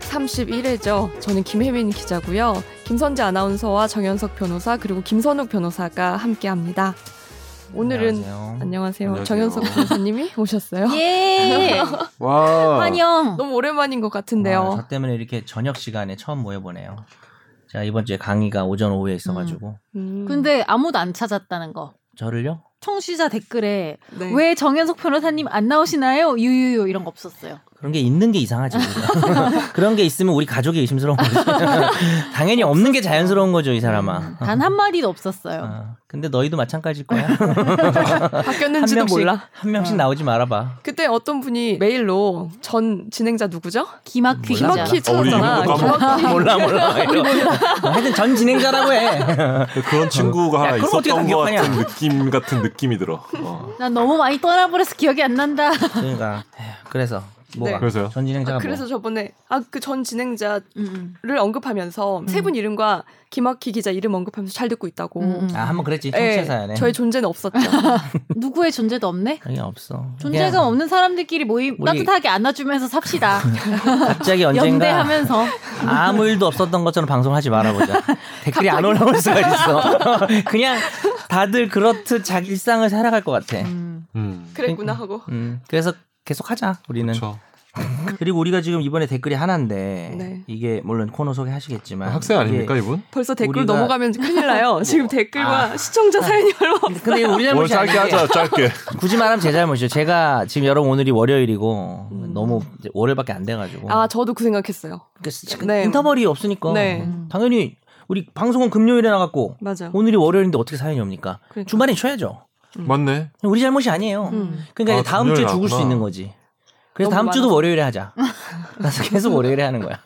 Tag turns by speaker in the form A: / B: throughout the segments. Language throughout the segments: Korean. A: 231회죠. 저는 김혜민 기자고요. 김선재 아나운서와 정현석 변호사 그리고 김선욱 변호사가 함께합니다. 오늘은
B: 안녕하세요.
A: 안녕하세요.
C: 안녕하세요.
A: 정현석 변호사님이 오셨어요.
D: 예.
C: 와.
D: 환영.
A: 너무 오랜만인 것
B: 아,
A: 같은데요.
B: 저 때문에 이렇게 저녁 시간에 처음 모여보네요. 제가 이번 주에 강의가 오전 오후에 있어가지고
A: 음.
D: 근데 아무도 안 찾았다는 거.
B: 저를요?
D: 청취자 댓글에
A: 네.
D: 왜 정현석 변호사님 안 나오시나요? 유유유 이런 거 없었어요.
B: 그런 게 있는 게 이상하지. 우리가. 그런 게 있으면 우리 가족이 의심스러운 거지. 당연히 없는 게 자연스러운 거죠, 이
A: 음.
B: 사람아.
D: 단 한 마디도 없었어요.
B: 아, 근데 너희도 마찬가지일 거야. 한
A: 바뀌었는지도
B: 명씩
A: 몰라. 어.
B: 한 명씩 나오지 말아봐.
A: 그때 어떤 분이 메일로 전 진행자 누구죠? 아, 그
D: 기막히
B: 몰라.
A: 김학휘
C: 어, 우리
A: 찾았잖아. 그
C: 이름도 까먹었어.
A: 김학휘.
B: 몰라 몰라. 이러. 하여튼 전 진행자라고 해.
C: 그런 친구가 하나
B: 그럼 어떻게 다
C: 있었던 것
B: 기억하냐?
C: 같은 느낌 같은 느낌이 들어. 어.
D: 난 너무 많이 떠나버려서 기억이 안 난다.
B: 그러니까 에휴, 그래서 뭐가
A: 네.
C: 그래서요?
B: 전 진행자가 뭐.
A: 그래서 저번에 아 그 전 진행자를
D: 음,
B: 음.
A: 언급하면서 세 분 이름과 김학휘 기자 이름 언급하면서 잘 듣고 있다고.
D: 음, 음.
B: 아 한번 그랬지
A: 예,
B: 청취자 사연에.
A: 저의 존재는 없었죠.
D: 누구의 존재도 없네.
B: 그게 없어.
D: 존재감
B: 그냥
D: 없는 사람들끼리 모임
B: 우리-
D: 따뜻하게 안아주면서 삽시다.
B: 갑자기 언젠가
D: 연대하면서
B: 아무 일도 없었던 것처럼 방송하지 말아보자. 댓글이 안 올라올 수가 있어. 그냥 다들 그렇듯 자기 일상을 살아갈 것 같아.
D: 음,
C: 음.
A: 그랬구나 하고.
B: 음, 그래서 계속 하자 우리는.
C: 그렇죠.
B: 그리고 우리가 지금 이번에 댓글이 하나인데
A: 네.
B: 이게 물론 코너 소개하시겠지만
C: 학생 아닙니까 이분?
A: 벌써 댓글
B: 우리가-
A: 넘어가면 큰일 나요. 지금 댓글과 시청자 사연이 얼마 없
B: 이게- 근데 이거 우리
C: 오늘
B: 잘못이
C: 짧게
B: 아닌 게
C: 하자 짧게.
B: 굳이 말하면 제 잘못이죠. 제가 지금 여러분 오늘이 월요일이고
D: 음.
B: 너무 이제 월요일밖에 안 돼가지고
A: 아, 저도 그 생각했어요.
B: 그 시- 그
A: 네.
B: 인터벌이 없으니까
A: 네.
B: 당연히 우리 방송은 금요일에 나갔고
A: 맞아.
B: 오늘이 월요일인데 어떻게 사연이 옵니까?
A: 그러니까.
B: 주말에 쉬어야죠.
C: 음. 맞네.
B: 우리 잘못이 아니에요.
A: 음.
B: 그러니까
C: 아,
B: 이제 다음 주에
C: 금요일
B: 죽을 수
C: 나왔구나.
B: 있는 거지. 그래서
A: 너무
B: 다음 주도
A: 많아서.
B: 월요일에 하자. 그래서 계속 월요일에 하는 거야.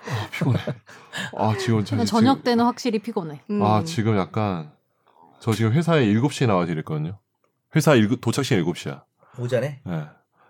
C: 아 지금 저
D: 근데 저녁 때는 확실히 피곤해.
A: 음.
C: 지금, 아 지금 약간 저 지금 회사에 7 시에 나와야 되거든요. 회사 일, 도착 시간 7 시야.
B: 오전에?
C: 예. 지금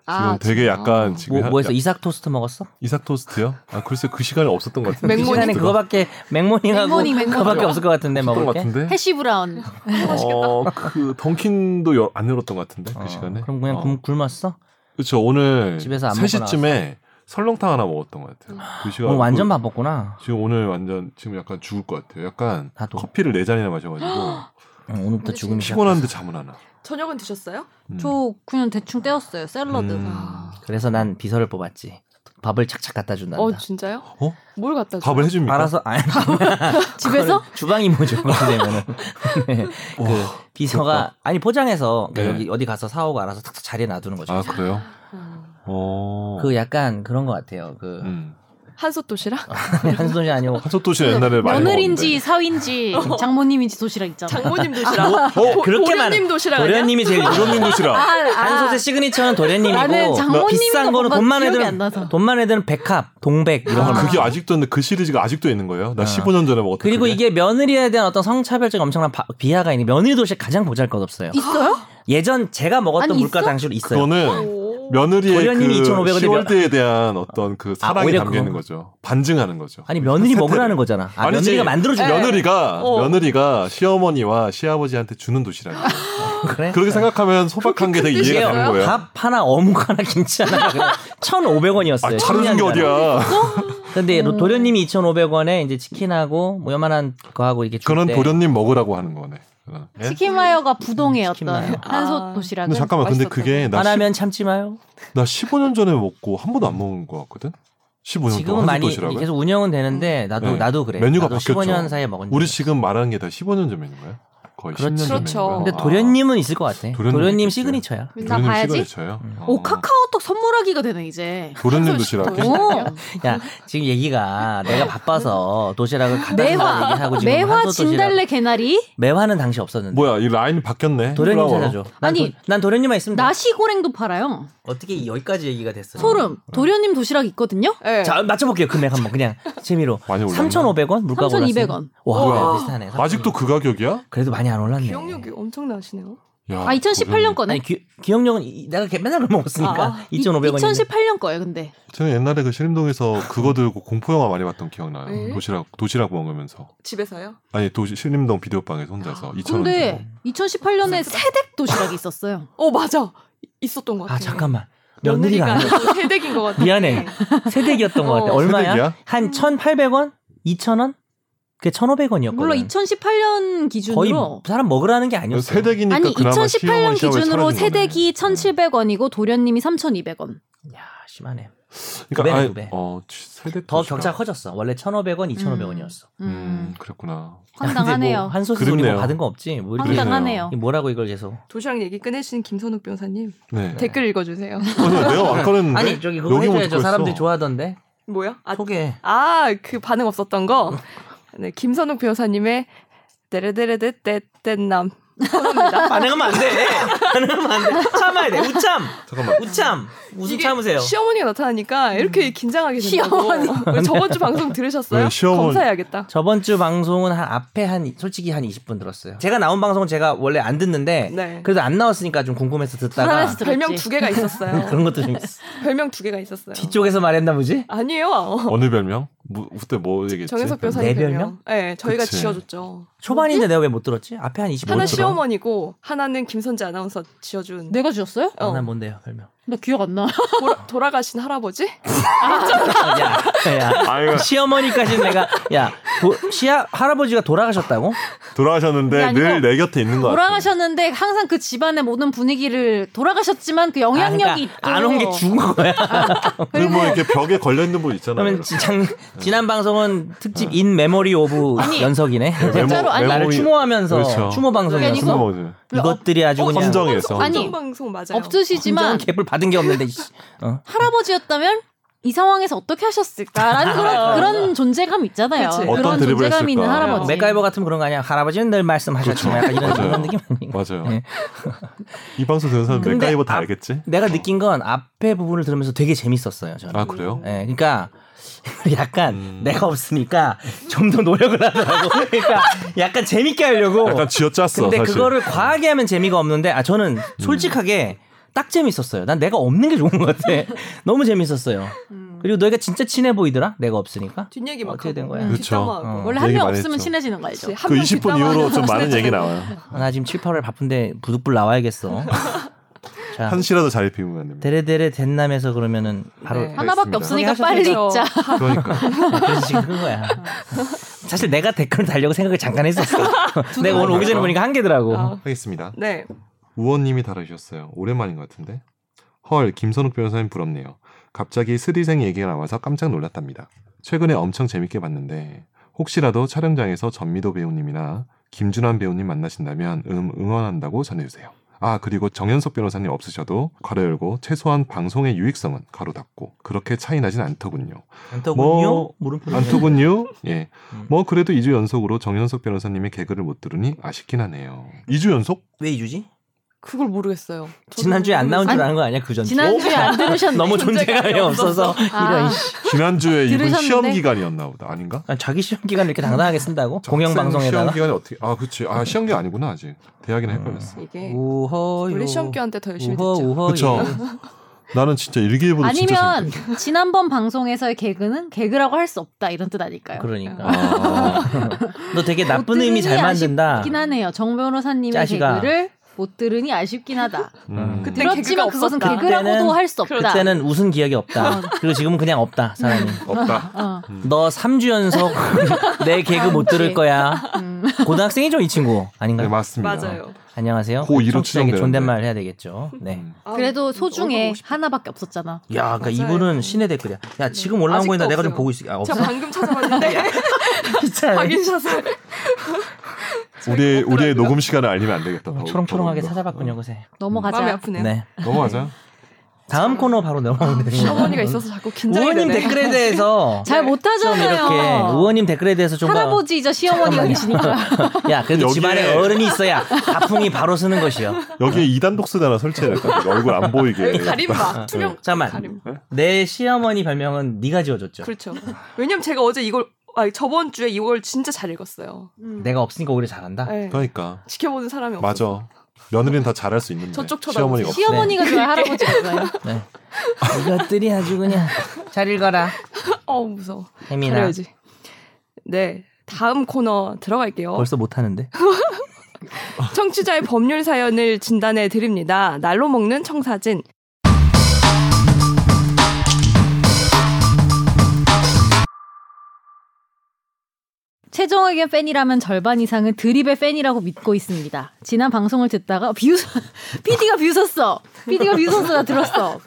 A: 아,
C: 되게 약간
E: 아.
C: 지금
B: 뭐, 뭐 했어?
C: 야-
B: 이삭 토스트 먹었어?
C: 이삭 토스트요? 아 글쎄 그 시간이 없었던 것 같은데.
A: 맥-
B: 그
A: 맥모닝
B: 시간에
C: 토스트가?
B: 그거밖에 맥모닝하고
D: 맥모닝, 맥모닝.
B: 그거밖에 없을 것 같은데
C: 없었던 것
B: 먹을 게.
C: 같은데.
D: 해시 브라운.
C: 어, 그 던킨도 여- 안 열었던 것 같은데
B: 어,
C: 그 시간에.
B: 그럼 그냥
C: 어.
B: 굶- 굶었어?
C: 그렇죠. 오늘
B: 집에서 안 먹고
C: 3시쯤에 설렁탕 하나 먹었던 것 같아요. 그 시간
B: 오늘 완전
C: 그-
B: 바빴구나.
C: 지금 오늘 완전 지금 약간 죽을 것 같아요. 약간
B: 나도.
C: 커피를 네 잔이나 마셔가지고
B: 응, 어, 오늘부터 죽음이 시작.
C: 피곤한데 잠은 안 와.
A: 저녁은 드셨어요?
C: 음.
D: 저 그냥 대충 떼었어요. 샐러드.
C: 음.
B: 그래서 난 비서를 뽑았지. 밥을 착착 갖다 준단다.
A: 어, 진짜요?
C: 어?
A: 뭘 갖다 줘?
C: 밥을 해줍니까?
B: 알아서 아니
D: 집에서?
B: 그거는 주방이 뭐죠? 그러면은 네.
C: 와,
B: 그 비서가 아니 포장해서 그러니까
C: 네.
B: 여기 어디 가서 사오고 알아서 탁탁 자리에 놔두는 거죠.
C: 아 그래요?
A: 음.
C: 어.
B: 그 약간 그런 것 같아요. 그
C: 음.
A: 한솥 도시락?
B: 한손이 아니고
C: 한솥도 씨 옛날에
B: 네,
C: 많이
D: 그 며느리인지 사위인지 장모님인지 도시락 있잖아.
A: 장모님 도시락?
C: 먹었는데. 어?
B: 뭐, 그렇게 많아.
A: 도련님 도시락 아니야?
B: 도련님이 제일
C: 도련님
D: 아,
C: 도시락.
B: 한솥의 시그니처는
D: 나는
B: 도련님이고 뭐
D: 장모님인
B: 비싼
D: 거
B: 거는
D: 뭔가
B: 돈만
D: 기억이
B: 애들은
D: 안 나서.
B: 돈만 애들은 백합, 동백 이런 걸
C: 아,
B: 먹
C: 그게 아직도 있는데 그 시리즈가 아직도 있는 거예요? 나 15년 전에 먹었던
B: 그리고
C: 그게?
B: 이게 며느리에 대한 어떤 성차별적 엄청난 바- 비하가 있는 며느리 도시 가장 보잘것없어요.
D: 있어요?
B: 예전 제가 먹었던
D: 아니,
B: 물가
D: 있어?
B: 당시로 있어요.
C: 그거는
A: 오.
C: 며느리의
B: 도련님이
C: 그
B: 2500 원에 아,
C: 시월드에 대한 어떤 그 사랑이
B: 오히려
C: 담겨 있는
B: 그거.
C: 거죠. 반증하는 거죠.
B: 아니 며느리 먹으라는 거잖아. 아,
C: 아니지.
B: 며느리가
C: 예.
D: 네.
B: 만들어준 거
C: 며느리가
A: 어.
C: 며느리가 시어머니가 시아버지한테 주는 도시락이에요.
B: 그래?
C: 그렇게 생각하면 소박한 게 되게
A: 뜻이에요?
C: 이해가 되는 거예요. 아,
B: 밥 하나 어묵 하나 김치 하나 1,500원이었어요.
C: 아, 차르는 게 어디야?
B: 근데 도련님이 2,500원에 이제 치킨하고 뭐 요만한 거하고 이게 줄
C: 그는
B: 때
C: 도련님 먹으라고 하는 네. 거네. 그거는. 예?
D: 음, 치킨마요가 부동의
B: 치킨
D: 어떤
B: 마요.
A: 아.
D: 한솥 도시락.
C: 근데 잠깐만, 근데
A: 맛있었다.
C: 그게 나,
B: 안
C: 시-
B: 하면 참지 마요.
C: 나 15년 전에 먹고 한 번도 안 먹은 것 같거든. 15년
B: 지금은
C: 동안
B: 많이
C: 어, 한솥도시락을.
B: 계속 운영은 되는데 나도
C: 네.
B: 나도 그래.
C: 메뉴가
B: 나도
C: 바뀌었죠.
B: 15년 사이에 먹은.
C: 우리
B: 적이
C: 지금 말하는 게 다 15년 전 메뉴인가요? 거의
B: 그렇죠.
C: 10년 전
A: 그렇죠.
C: 메뉴인가요?
B: 없어요. 근데
C: 아.
B: 도련님은 있을 것 같아.
C: 도련님
B: 도련님,
C: 있겠지.
B: 시그니처야.
D: 나
C: 도련님
D: 봐야지.
C: 시그니처예요? 어.
D: 오 카카오톡 선물하기가 되네 이제.
C: 도련님 도시락.
B: 그
A: 어.
D: 오
B: 야 지금 얘기가 내가 바빠서 도시락을 가다
D: 매화.
B: 얘기하고 지금
D: 매화
B: 한솥 도시락.
D: 진달래 개나리
B: 매화는 당시 없었는데.
C: 뭐야 이 라인이 바뀌었네.
B: 도련님
C: 플라워로.
B: 찾아줘. 난
D: 아니,
B: 도, 난 도련님만 있으면 돼.
D: 나시고랭도 팔아요.
B: 어떻게 여기까지 얘기가 됐어요?
D: 소름. 도련님 도시락 있거든요.
A: 예.
B: 자 맞춰볼게요 금액 한번 그냥 재미로
C: 많이 올랐나?
B: 3,500원 물가
D: 3,200
B: 올랐어요.
D: 원.
B: 와
C: 우와.
B: 비슷하네
C: 아직도 그 가격이야?
B: 그래도 많이 안 올랐네
A: 기억력이 엄청나시네요.
C: 야,
D: 아 2018년
B: 아니 그러니까
D: 거네.
B: 기, 기억력은 이- 내가 걔 맨날 먹었으니까
A: 아,
B: 2,500원
D: 2018년 거예요 근데.
C: 저는 옛날에 그 신림동에서 그거 들고 공포 영화 많이 봤던 기억 나요.
A: 네.
C: 도시락 도시락 먹으면서.
A: 집에서요?
C: 아니 도시 신림동 비디오 방에서
D: 아,
C: 혼자서 2천 원 주고.
D: 근데 2018년에 세댁 도시락이 있었어요.
A: 어, 맞아. 있었던 것
B: 아
A: 같아요.
B: 잠깐만 며느리가 아니야.
A: 세대인 것 같아.
B: 미안해. 세대기였던 것 같아.
A: 어.
B: 얼마야?
C: 세대기야?
B: 한 1,800원? 2,000원? 그게 1,500원이었거든.
D: 물론 2018년
B: 거의
D: 기준으로
B: 사람 먹으라는 게 아니었어.
C: 세대기니까
D: 아니
C: 그나마
D: 2018년
C: 시험을
D: 기준으로
C: 사라진 거네. 음.
D: 세대기 1,700원이고 도련님이 3,200원.
B: 야, 심하네.
C: 그러니까
B: 구배네,
C: 아니,
B: 구배.
C: 어, 세대
B: 더 격차가 커졌어. 원래 1,500원, 2,500원이었어. 뭐
D: 음,
C: 음, 그랬구나.
D: 황당하네요.
B: 한소스 돈이 뭐
C: 그립네요.
B: 받은 거 없지. 뭐 이렇게
C: 황당.
D: 황당하네요.
B: 이 뭐라고 이걸 계속.
A: 도시락 얘기 끝내신 김선욱 변호사님
D: 음.
C: 네.
A: 댓글 읽어주세요.
C: 어, 내가 안 꺼냈는데.
B: 아니,
D: 네.
B: 저기 그거
C: 여기
B: 해줘야죠.
C: 어떡했어?
B: 사람들이 좋아하던데.
A: 뭐야? 아,
B: 소개.
A: 아, 그 반응 없었던 거. 네, 김선욱 변호사님의 데레데레데떼떼남 코너입니다.
B: 반응하면 안 돼. 반응하면 안 돼. 참아야 돼. 우참.
C: 잠깐만.
B: 우참. 웃음
A: 이게
B: 참으세요.
A: 시어머니가 나타나니까 이렇게 긴장하게 된다고. 우리 저번 주 방송 들으셨어요?
C: 네, 시어머니.
A: 검사해야겠다.
B: 저번 주 방송은 한 앞에 한 솔직히 한 20분 들었어요. 제가 나온 방송은 제가 원래 안 듣는데
A: 네. 그
B: 그래도 안 나왔으니까 좀 궁금해서 듣다가
D: 불안해서
A: 별명
D: 들었지.
A: 두 개가 있었어요.
B: 그런 것도 좀 있어.
A: 별명 두 개가 있었어요.
B: 뒤쪽에서 말했나 보지?
A: 아니에요. 어.
C: 어느 별명? 뭐, 그때 뭐 얘기했지?
A: 정혜석
B: 네
A: 변호사님
B: 별명?
A: 별명. 네, 저희가
C: 그치.
A: 지어줬죠.
B: 초반인데 내가 왜 못 들었지? 앞에 한 20분
A: 하나
B: 들어.
A: 시어머니고 하나는 김선재 아나운서 지어준
D: 내가 주셨어요?
B: 어,
A: 어,
B: 난 뭔데요, 별명.
D: 나 기억 안
C: 뭐
D: 나.
A: 돌아, 돌아가신 할아버지?
B: 야, 야.
C: 아유,
B: 시어머니까지 내가 야, 도, 시아 할아버지가 돌아가셨다고?
D: 그게
C: 돌아가셨는데
D: 아니고
C: 늘 내 곁에 있는 것 같아.
D: 돌아가셨는데 항상 그 집안의 모든 분위기를 돌아가셨지만 그 영향력이 어, 있고
B: 그러니까
C: 그러니까
B: 안 온 게 죽은 거야.
C: 그리고 뭐 이렇게 벽에 걸려있는 분 있잖아요.
B: 그러면 지난 지난 방송은 특집 인 메모리 오브 연석이네.
D: 진짜로 아니-
B: 나를 추모하면서
C: 그렇죠.
B: 추모
D: 그게
B: 방송이었어.
D: 아니고
C: 추모하죠.
B: 이것들이 아주 그냥
C: 헌정. 헌정이었어,
A: 아니
D: 헌정.
A: 방송 맞아요.
D: 없으시지만
B: 진정한 갭을 받은 게 없는데 이씨. 어.
D: 할아버지였다면 이 상황에서 어떻게
C: 아,
D: 하셨을까라는 그런, 그런 존재감 있잖아요.
A: 그치.
D: 그런
C: 어떤 드립을
D: 존재감 있는
C: 했을까? 네,
D: 할아버지.
B: 맥가이버 같은 그런 거 아니야. 할아버지는 늘 말씀하셨지만
C: 그렇죠.
B: 약간 이런,
C: 맞아요.
B: 이런 느낌 아닌가.
C: 맞아요.
B: 네. 아,
C: 이 방송 듣는 사람
B: 근데
C: 맥가이버 다
B: 앞-
C: 알겠지?
B: 내가 느낀 건 앞에 부분을 들으면서 되게 재밌었어요. 저는.
C: 아
A: 음.
C: 그래요?
B: 예, 그러니까 약간
C: 음.
B: 내가 없으니까 좀 더 노력을 하더라고. 그러니까 약간 재밌게 하려고.
C: 약간 쥐어짰어
B: 근데
C: 사실. 음.
B: 그거를 과하게 하면 재미가 없는데 아 저는 솔직하게 딱 재밌었어요. 난 내가 없는 게 좋은 것 같아. 너무 재밌었어요. 그리고 너희가 진짜 친해 보이더라. 내가 없으니까.
A: 뒷얘기 막
B: 어떻게 된
A: 하고,
B: 거야?
C: 그쵸.
A: 뒷담화하고.
B: 어.
D: 원래 한
C: 얘기
D: 명
C: 많이
D: 없으면
C: 했죠.
D: 친해지는 거 알죠.
A: 그치, 한
C: 그
A: 명
C: 20분
A: 뒷담화하고
C: 이후로 좀 많은
A: 친해지는
C: 얘기
A: 거.
C: 나와요.
B: 아, 나 지금 7, 8월 바쁜데 부득불 나와야겠어.
A: 네.
B: 자,
C: 한시라도 잘 입히면 안 됩니다.
B: 데레데레 덴남에서 그러면은 바로
A: 네.
D: 하나밖에
C: 알겠습니다.
D: 없으니까
B: 하셨죠.
D: 빨리 읽자.
C: 그러니까
B: 그래서 지금 끈 거야. 사실 내가 댓글 달려고 생각을 잠깐 했었어. 내가 오늘 오기 전에 보니까 한 개더라고.
C: 뭐,
A: 아.
C: 하겠습니다.
A: 네.
C: 우원님이 달아주셨어요. 오랜만인 것 같은데. 헐 김선욱 변호사님 부럽네요. 갑자기 스리생 얘기가 나와서 깜짝 놀랐답니다. 최근에 엄청 재밌게 봤는데 혹시라도 촬영장에서 전미도 배우님이나 김준환 배우님 만나신다면 음 응원한다고 전해주세요. 아 그리고 정현석 변호사님 없으셔도 가로 열고 최소한 방송의 유익성은 가로 닫고 그렇게 차이 나진 않더군요.
B: 안토군요?
C: 뭐,
B: 물음표.
C: 안토군요. 예.
B: 음.
C: 뭐 그래도 2주 연속으로 정현석 변호사님의 개그를 못 들으니 아쉽긴 하네요. 2주 연속?
B: 왜 이주지?
A: 그걸 모르겠어요. 저도
B: 지난주에 안 나온 줄 아는 거 아니야? 그 전주.
D: 지난주에 안 들으셨네.
B: 너무 존재감이
A: 존재감이
B: 없어서 이런
D: 아.
B: 씨.
C: 지난주에 이분
D: 들으셨는데?
C: 시험 기간이었나 보다. 아닌가?
B: 아, 자기 시험 기간 이렇게 당당하게 쓴다고? 공영
C: 학생 시험
B: 방송에다가.
C: 기간이 어떻게? 아, 그치. 아, 시험 기간 아니구나 아직. 대학이나 헷갈렸어.
A: 이게
B: 우허요.
A: 네. 원래 시험 기간 때 더 열심히
B: 우허
A: 듣죠.
B: 우허.
C: 그쵸. 나는 진짜 일기예보도 진짜
D: 아니면
C: 재밌게.
D: 지난번 방송에서의 개그는 개그라고 할 수 없다 이런 뜻 아닐까요?
A: 네.
B: 그러니까.
C: 아,
B: 너 되게 나쁜 의미 잘 만든다.
D: 아쉽긴 하네요. 정 변호사님의
B: 짜식아.
D: 개그를 못 들으니 아쉽긴 하다.
C: 음.
A: 그때 개그가
D: 그렇지만 그것은
A: 없었다.
D: 개그라고도
B: 그때는-
D: 할 수 없다.
B: 그때는 웃은 기억이 없다.
A: 어.
B: 그리고 지금은 그냥 없다, 사람이.
C: 없다.
D: 어.
B: 너 3주 연속 내 개그 못 들을 거야.
D: 음.
B: 고등학생이죠, 이 친구.
C: 네,
B: 아닌가요?
C: 맞습니다.
A: 맞아요.
B: 안녕하세요.
C: 고 이로
B: 청취자에게
C: 추정되는데.
B: 존댓말 해야 되겠죠. 네.
C: 음.
A: 아,
D: 그래도 소중에
A: 너무 보고
D: 하나밖에 없었잖아.
B: 야, 그러니까
A: 맞아요.
B: 이분은 신의 댓글이야. 야, 지금 올라온
A: 아직도
B: 거있나 내가 좀
A: 없어요.
B: 보고 있을게. 아,
A: 싶-
B: 없어.
A: 제가 방금 찾아봤는데
B: 진짜.
A: 확인샷을
C: 우리의 우리의 녹음 시간을 알리면 안 되겠다. 더-
B: 초롱초롱하게
C: 더-
B: 찾아봤군요,
C: 어.
B: 그새.
D: 넘어가자.
A: 마음이 아프네요.
B: 네.
C: 넘어가자.
B: 다음 코너 바로 넘어가면 되는
A: 시어머니가 있어서 자꾸 긴장이
B: 우원님
A: 되네.
B: 댓글에 대해서
A: 네.
D: 잘
B: 좀
D: 못하잖아요.
B: 이렇게 우원님 댓글에 대해서 좀 네.
D: 할아버지이자 시어머니가 계시니까.
B: 야, 그래도
C: 여기에-
B: 집안에 어른이 있어야 가풍이 바로 쓰는 것이요.
C: 여기에 이단 독서대 하나 설치해놨다. 얼굴 안 보이게.
A: 아, 여기 가림막 투명
B: 잠깐만.
A: 가림.
B: 내 시어머니 별명은 네가 지어줬죠.
A: 그렇죠. 왜냐면 제가 어제 이걸 아 저번 주에 이걸 진짜 잘 읽었어요.
B: 내가 없으니까 오히려 잘한다.
A: 네.
C: 그러니까
A: 지켜보는 사람이 없어.
C: 맞아. 며느리는 다 잘할 수 있는데
A: 저쪽 쳐다보지.
C: 시어머니가 없어.
D: 시어머니가 좋아요, 할아버지가 좋아요.
B: 네. 이것들이 아주 그냥 잘 읽어라.
A: 어 무서워.
B: 혜민아.
A: 그래야지. 네. 다음 코너 들어갈게요.
B: 벌써 못하는데.
A: 청취자의 법률 사연을 진단해 드립니다. 날로 먹는 청사진.
D: 최종 의견 팬이라면 절반 이상은 드립의 팬이라고 믿고 있습니다. 지난 방송을 듣다가 비웃 PD가 비웃었어. PD가 비웃었어. 나 들었어.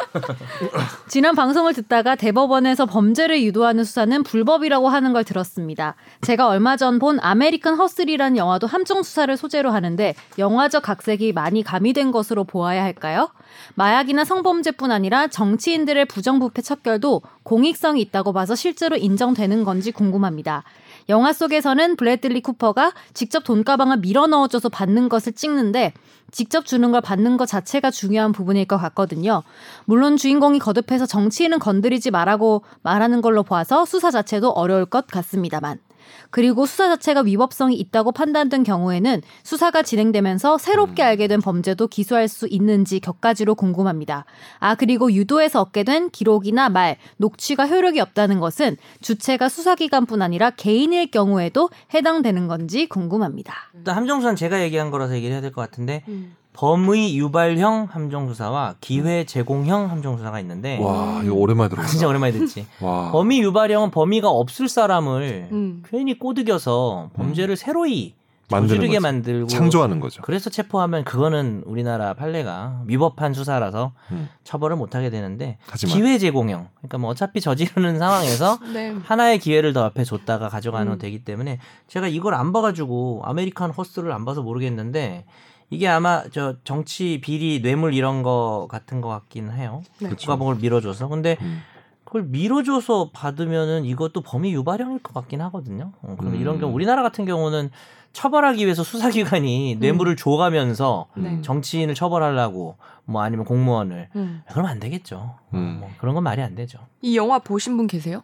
D: 지난 방송을 듣다가 대법원에서 범죄를 유도하는 수사는 불법이라고 하는 걸 들었습니다. 제가 얼마 전 본 아메리칸 허슬이라는 영화도 함정 수사를 소재로 하는데 영화적 각색이 많이 가미된 것으로 보아야 할까요? 마약이나 성범죄뿐 아니라 정치인들의 부정부패 척결도 공익성이 있다고 봐서 실제로 인정되는 건지 궁금합니다. 영화 속에서는 블래들리 쿠퍼가 직접 돈가방을 밀어 넣어줘서 받는 것을 찍는데 직접 주는 걸 받는 것 자체가 중요한 부분일 것 같거든요. 물론 주인공이 거듭해서 정치인은 건드리지 말라고 말하는 걸로 봐서 수사 자체도 어려울 것 같습니다만. 그리고 수사 자체가 위법성이 있다고 판단된 경우에는 수사가 진행되면서 새롭게 알게 된 범죄도 기소할 수 있는지 격가지로 궁금합니다. 아, 그리고 유도에서 얻게 된 기록이나 말, 녹취가 효력이 없다는 것은 주체가 수사기관뿐 아니라 개인일 경우에도 해당되는 건지 궁금합니다.
B: 일단 함정수사는 제가 얘기한 거라서 얘기를 해야 될 것 같은데
A: 음.
B: 범의 유발형 함정수사와 기회 제공형 함정수사가 있는데
C: 와 이거 오랜만에 들어.
B: 아, 진짜 오랜만에 듣지.
C: 와.
B: 범의 유발형은 범의가 없을 사람을
A: 음.
B: 괜히 꼬드겨서 범죄를 새로이
C: 음. 만드는
B: 저지르게
C: 거지.
B: 만들고
C: 창조하는 거죠.
B: 그래서 체포하면 그거는 우리나라 판례가 위법한 수사라서
C: 음.
B: 처벌을 못하게 되는데
C: 하지만
B: 기회 제공형 그러니까 뭐 어차피 저지르는 상황에서
A: 네.
B: 하나의 기회를 더 앞에 줬다가 가져가면
A: 음.
B: 되기 때문에 제가 이걸 안 봐가지고 아메리칸 허스를 안 봐서 모르겠는데 이게 아마 저 정치 비리 뇌물 이런 거 같은 거 같긴 해요
A: 네.
C: 그쵸.
B: 국가봉을 밀어줘서 근데
C: 음.
B: 그걸 밀어줘서 받으면은 이것도 범위 유발형일 것 같긴 하거든요 어, 그럼
C: 음.
B: 이런 경우 우리나라 같은 경우는 처벌하기 위해서 수사기관이 뇌물을 줘가면서
C: 음.
A: 네.
B: 음, 정치인을 처벌하려고 뭐 아니면 공무원을
A: 음.
B: 그러면 안 되겠죠
C: 음.
B: 뭐 그런 건 말이 안 되죠
A: 이 영화 보신 분 계세요?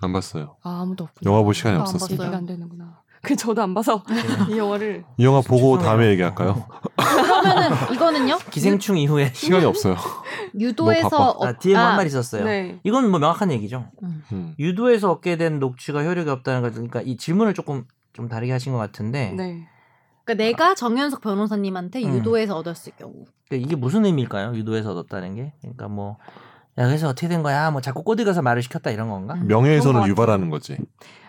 C: 안 봤어요.
A: 아, 아무도 없군요.
C: 영화 볼 시간이
A: 아,
C: 없었습니다.
A: 안 봤어요. 안 되는구나. 그 저도 안 봐서 이 영화를
C: 이 영화
B: 죄송해요.
C: 보고 다음에 얘기할까요?
D: 그러면은 이거는요?
B: 기생충 이후에
C: 시간이 없어요.
D: 유도에서
C: 뭐
B: 아,
D: 얻-
B: 뒤에
D: 아,
B: 한 말 있었어요.
A: 네.
B: 이건 뭐 명확한 얘기죠.
C: 음.
B: 유도에서 얻게 된 녹취가 효력이 없다는 거 그러니까 이 질문을 조금 좀 다르게 하신 것 같은데
A: 네.
D: 그러니까 내가 정현석 변호사님한테
B: 음.
D: 유도에서 얻었을 경우.
B: 그러니까 이게 무슨 의미일까요? 유도에서 얻었다는 게 그러니까 뭐 야, 그래서 어떻게 된 거야? 뭐 자꾸 꼬드겨서 말을 시켰다 이런 건가?
A: 그런
D: 음.
A: 것
C: 명예훼손을
A: 같아요.
C: 유발하는 거지.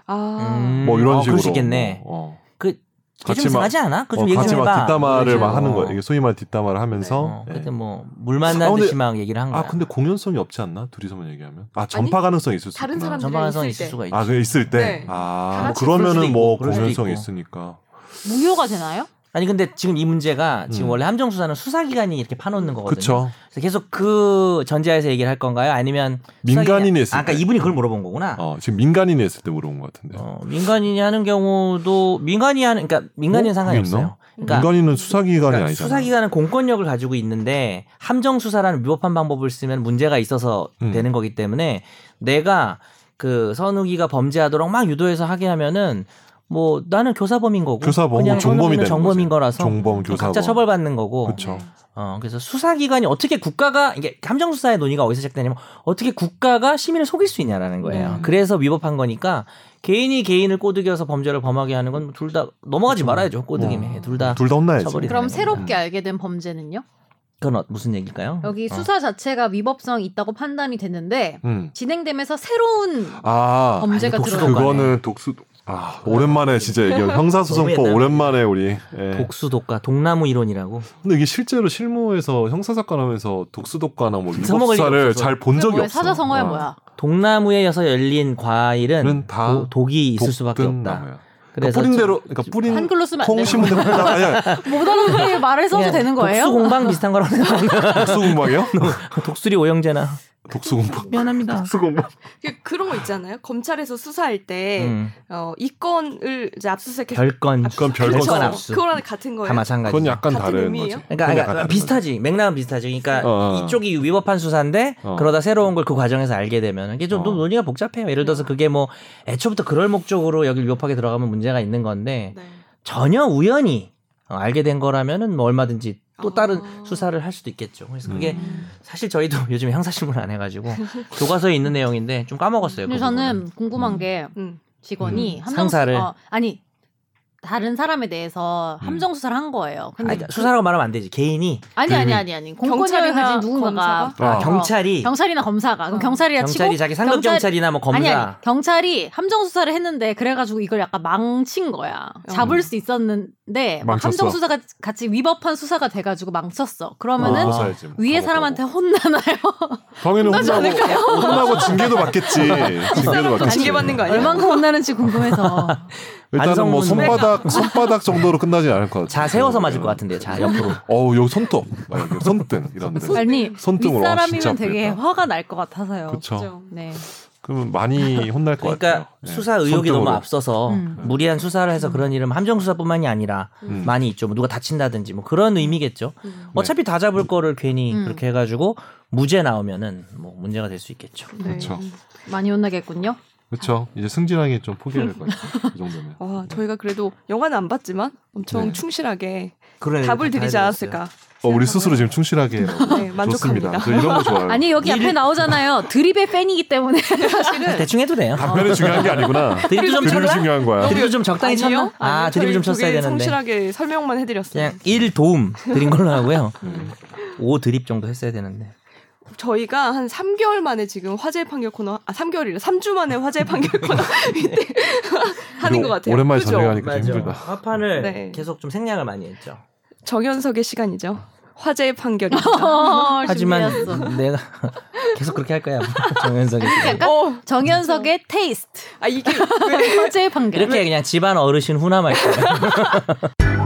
A: 아.
B: 음,
C: 뭐 이런
B: 어,
C: 식으로.
B: 음. 그럴 수 있겠네.
C: 어,
B: 그게
C: 같이
B: 좀
C: 막-
B: 이상하지 않아?
C: 어.
B: 그좀
C: 어,
B: 얘기
C: 같이
B: 좀
C: 막
B: 해봐.
C: 뒷담화를
B: 그렇죠.
C: 막 하는 거야.
B: 어.
C: 이게 소위 말 뒷담화를 하면서.
B: 어,
C: 예.
B: 그때 뭐물 만난
C: 아, 근데-
B: 듯이 막 얘기를 한 거야.
C: 아 근데 공연성이 없지 않나? 둘이서만 얘기하면. 아 전파 가능성이 있을 수
A: 다른
C: 있구나.
A: 사람들이
B: 전방에서
A: 있을
B: 있을
A: 때.
B: 수가 있지.
C: 아, 그 있을 때.
A: 네.
C: 아,
A: 다
C: 뭐
A: 같이
B: 그럴
C: 그러면은
B: 수도
C: 뭐
B: 있고, 그럴 수도
C: 공연성이
B: 있고.
C: 있으니까.
D: 무효가 되나요?
B: 아니 근데 지금 이 문제가 지금
C: 음.
B: 원래 함정 수사는 수사기관이 이렇게 파놓는 거거든요.
C: 그쵸.
B: 그래서 계속 그 전제하에서 얘기를 할 건가요? 아니면
C: 민간인이
B: 수사기관-
C: 했을
B: 아, 그러니까
C: 때.
B: 이분이 그걸 물어본 거구나. 어.
C: 어, 네. 지금 민간인이 했을 때 물어본 것 같은데.
B: 민간인이 하는 경우도 민간이 하는 그러니까 민간인
C: 어?
B: 상관이
C: 그게 있나?
B: 없어요. 그러니까,
C: 민간인은 수사기관이
B: 그러니까
C: 아니잖아.
B: 수사기관은 공권력을 가지고 있는데 함정 수사라는 위법한 방법을 쓰면 문제가 있어서
C: 음.
B: 되는 거기 때문에 내가 그 선우기가 범죄하도록 막 유도해서 하게 하면은 뭐 나는 교사범인 거고
C: 교사범, 뭐
B: 그냥
C: 종범이
B: 선우기는
C: 되는
B: 정범인
C: 거지.
B: 거라서
C: 종범 교사.
B: 각자 처벌받는 거고
C: 그렇죠.
B: 어, 그래서 수사기관이 어떻게 국가가, 이게 함정수사의 논의가 어디서 시작되냐면 어떻게 국가가 시민을 속일 수 있냐라는 거예요.
A: 네.
B: 그래서 위법한 거니까 개인이 개인을 꼬드겨서 범죄를 범하게 하는 건 둘 다 넘어가지 말아야죠. 꼬드김에.
A: 음.
B: 둘 다.
C: 둘 다 혼나야지.
B: 처벌이
D: 그럼
B: 되는
D: 새롭게
C: 음.
D: 알게 된 범죄는요?
B: 그건 어- 무슨 얘기일까요?
D: 여기
C: 어.
D: 수사 자체가 위법성이 있다고 판단이 됐는데
C: 음.
D: 진행되면서 새로운
C: 아,
D: 범죄가
B: 독수
D: 들어.
B: 독-
C: 그거는 독수 아, 오랜만에 진짜 얘기
B: 너무
C: 형사소송법
B: 옛날
C: 오랜만에 우리. 예.
B: 독수독과 독나무 이론이라고.
C: 근데 이게 실제로 실무에서 형사사건 하면서 독수독과나 뭐
B: 써먹을 리가
C: 위법사를
B: 그 없어서.
C: 잘 본 적이
D: 뭐야,
C: 없어.
D: 사자성어야
C: 어.
D: 뭐야?
B: 독나무에서 열린 과일은
C: 는 다
B: 도- 독이 있을 수밖에
C: 독든
B: 없다.
C: 나무야.
B: 그래서
C: 그러니까 뿌린 대로 그러니까 뿌린
D: 한글로 쓰면 안
C: 콩
D: 되는
C: 심은 대로 아니야.
D: 못 알아듣는 말을 써도 되는 거예요?
B: 독수공방 비슷한 거라고 생각합니다.
C: 독수공방이요?
B: 독수리 오형제나.
C: 독수공방.
B: 미안합니다.
C: 독수공방.
A: 그- 그런 거 있잖아요. 검찰에서 수사할 때
B: 음,
A: 어, 이건을 이제 압수수색해서
B: 별건.
C: 그건 별건
A: 네. 그렇죠.
B: 별건
C: 없어.
B: 압수.
A: 그거랑 같은 거예요.
B: 다 마찬가지.
C: 그건 약간
A: 같은
C: 다른
A: 의미예요?
C: 거지.
B: 그러니까,
C: 그건
B: 그러니까
C: 약간 다른
B: 비슷하지 맥락은 비슷하죠. 그러니까
C: 어, 어.
B: 이쪽이 위법한 수사인데
C: 어.
B: 그러다 새로운 걸 그 과정에서 알게 되면 이게 좀
C: 어.
B: 또 논의가 복잡해요. 예를 들어서 그게 뭐 애초부터 그럴 목적으로 여기 위법하게 들어가면 문제가 있는 건데
A: 네.
C: 그
B: 전혀 우연히 어, 알게 된 거라면은 뭐 얼마든지 또 다른
A: 아.
B: 수사를 할 수도 있겠죠. 그래서 그게
A: 음.
B: 사실 저희도 요즘 에 형사신문 안 해가지고 교과서에 있는 내용인데
C: 네,
B: 좀 까먹었어요.
D: 근데
C: 음.
B: 그 부분은.
D: 저는 궁금한 게
A: 음.
D: 직원이
B: 음,
D: 함정
B: 상사를.
D: 어, 아니 다른 사람에 대해서
C: 음.
D: 함정 수사를 한 거예요. 근데
B: 아니, 그러니까 수사라고 말하면 안 되지. 개인이
D: 아니
C: 그-
D: 아니 아니 아니 공권력을
A: 경찰이나
D: 가진 누군가가
A: 검사가?
B: 아,
C: 어.
B: 경찰이
D: 경찰이나 검사가 그럼
A: 어.
D: 경찰이라 치고
B: 경찰이 자기 상급
D: 경찰-
B: 경찰... 이나뭐 검사
D: 아니 아니 경찰이 함정 수사를 했는데 그래가지고 이걸 약간 망친 거야.
A: 어.
D: 잡을
C: 음.
D: 수 있었는데 막
C: 망쳤어.
D: 함정 수사가 같이 위법한 수사가 돼가지고 망쳤어. 그러면은
B: 아.
C: 고사했지, 뭐.
D: 위에
C: 가보고.
D: 사람한테 혼나나요?
C: 당연히
D: 혼나지
C: 혼나고 혼나고 징계도 받겠지. 징계도 받겠지.
A: 징계받는 거 아니야?
D: 얼만큼 혼나는지 궁금해서.
C: 일단은
B: 안성문
C: 뭐 손바닥 손바닥 정도로 끝나지 않을 것 같아.
B: 자 세워서 맞을 것 같은데요. 자
C: 음.
B: 옆으로.
C: 어우 여기 손톱, 막 이렇게 손등 이런데.
D: 아니
C: 손등으로. 와, 진짜
D: 윗사람이면
C: 아프겠다.
D: 되게 화가 날 것 같아서요.
C: 그렇죠.
D: 네.
C: 그러면 많이 혼날 것 같아요.
B: 그러니까
C: 예.
B: 수사 의혹이
C: 손등으로.
B: 너무 앞서서
D: 음.
B: 무리한 수사를 해서 그런 일은 함정 수사뿐만이 아니라
C: 음.
B: 많이 있죠. 뭐 누가 다친다든지 뭐 그런 의미겠죠.
A: 음.
B: 어차피 다 잡을 거를 괜히
D: 음.
B: 그렇게 해가지고 무죄 나오면은 뭐 문제가 될 수 있겠죠.
A: 네.
B: 음.
C: 그렇죠.
D: 많이 혼나겠군요.
C: 그렇죠. 이제 승진왕이 좀 포기해야 될 것 같아요. 이 정도면.
A: 와, 저희가 그래도 영화는 안 봤지만 엄청
C: 네.
A: 충실하게 답을
B: 그런 애들 네, 다
A: 드리지
B: 해드렸어요.
A: 않았을까.
C: 어, 우리 스스로 지금 충실하게.
A: 네, 만족합니다.
C: 좋습니다. 저 이런 거
B: 어,
C: 좋아요.
D: 아니 여기 앞에 나오잖아요. 드립의 팬이기 때문에
B: 대충 해도 돼요. 어,
C: 답변이 중요한 게
A: 네.
C: 아니구나.
B: 드립도 좀
C: 드립이
B: 쳤나?
C: 중요한 거야.
B: 드립도 좀 적당히 쳤나?
A: 아니요?
B: 아
A: 아니요,
B: 드립 좀
A: 저희
B: 쳤어야
A: 되게
B: 되는데. 예.
A: 성실하게 설명만 해드렸어요.
B: 그냥 1 도움 드린 걸로 하고요.
C: 음.
B: 5 드립 정도 했어야 되는데.
A: 저희가 한 3개월 만에 지금 화재 판결 코너, 아, 3개월이라 3주 만에 화재 판결 코너 이때 하는 것 같아요.
C: 오랜만에
A: 그죠?
C: 저녁에 하니까 좀 힘들다.
B: 화판을
A: 네.
B: 계속 좀 생략을 많이 했죠.
A: 정연석의 시간이죠. 화재 판결입니다.
B: 하지만
D: 준비했어.
B: 내가 계속 그렇게 할 거야. 정현석이
A: 어,
D: 정현석의 테이스트
A: 아 이게 왜
D: 화제의 판결.
B: 이렇게 그냥 집안 어르신 후남할 거야.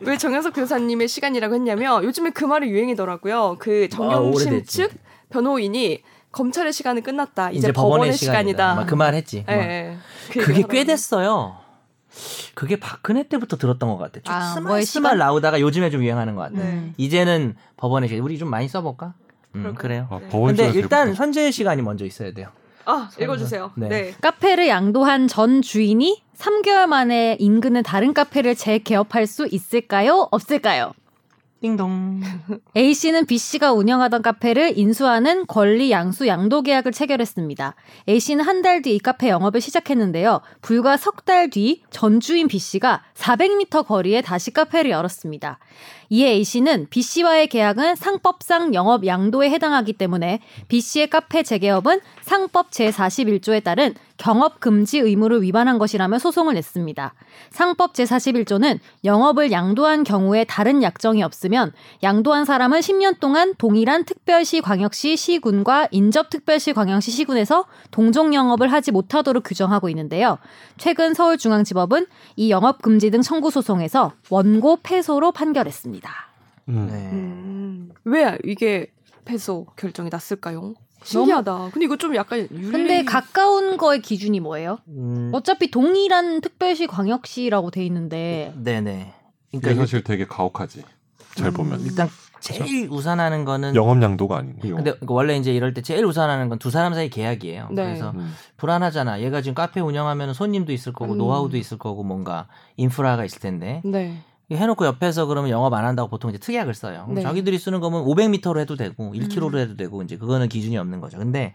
A: 왜 정현석 변호사님의 시간이라고 했냐면 요즘에 그 말이 유행이더라고요. 그 정경심
B: 아, 오래됐지.
A: 측 변호인이 검찰의 시간은 끝났다. 이제,
B: 아, 이제
A: 법원의,
B: 법원의 시간이다.
A: 시간이다.
B: 막 그 말 했지.
A: 예,
B: 막.
A: 예. 그
B: 그게
A: 얘기를
B: 꽤
A: 하더라고요.
B: 됐어요. 그게 박근혜 때부터 들었던 것 같아. 좀
D: 아,
B: 스말
D: 뭐의
B: 스말
D: 시간?
B: 나오다가 요즘에 좀 유행하는 것 같아.
A: 네.
B: 이제는 법원의 시간. 우리 좀 많이 써볼까? 음, 그래요.
C: 아,
A: 네.
C: 법원
B: 근데
C: 시간이
B: 일단
C: 되게
B: 현재의 시간이 먼저 있어야 돼요.
A: 아 읽어주세요.
B: 네.
A: 네.
D: 카페를 양도한 전 주인이 3개월 만에 인근의 다른 카페를 재개업할 수 있을까요? 없을까요?
B: 띵동.
D: A 씨는 B 씨가 운영하던 카페를 인수하는 권리 양수 양도 계약을 체결했습니다. A 씨는 한 달 뒤 이 카페 영업을 시작했는데요. 불과 석 달 뒤 전주인 B 씨가 400m 거리에 다시 카페를 열었습니다. 이에 A 씨는 B 씨와의 계약은 상법상 영업 양도에 해당하기 때문에 B 씨의 카페 재개업은 상법 제41조에 따른 경업 금지 의무를 위반한 것이라며 소송을 냈습니다. 상법 제41조는 영업을 양도한 경우에 다른 약정이 없으면 양도한 사람은 10년 동안 동일한 특별시 광역시 시군과 인접 특별시 광역시 시군에서 동종 영업을 하지 못하도록 규정하고 있는데요. 최근 서울중앙지법은 이 영업 금지 등 청구 소송에서 원고 패소로 판결했습니다.
C: 음.
B: 네.
A: 음, 왜 이게 패소 결정이 났을까요? 신기하다. 근데 이거 좀 약간 유리.
D: 근데 가까운 거의 기준이 뭐예요?
B: 음,
D: 어차피 동일한 특별시 광역시라고 돼 있는데
B: 음. 네네.
C: 이게
B: 그러니까
C: 사실 되게 가혹하지.
A: 음.
C: 잘 보면
B: 일단 제일 우선하는 거는
C: 영업량도가 아닌 거.
B: 음. 근데 그 원래 이제 이럴 때 제일 우선하는 건 두 사람 사이 계약이에요.
A: 네.
B: 그래서
C: 음.
B: 불안하잖아. 얘가 지금 카페 운영하면 손님도 있을 거고
A: 음.
B: 노하우도 있을 거고 뭔가 인프라가 있을 텐데
A: 네.
B: 이거 해놓고 옆에서 그러면 영업 안 한다고 보통 이제 특약을 써요. 그럼
A: 네. 음.
B: 자기들이 쓰는 거면 500m로 해도 되고 1km로 해도 되고 이제 그거는 기준이 없는 거죠. 근데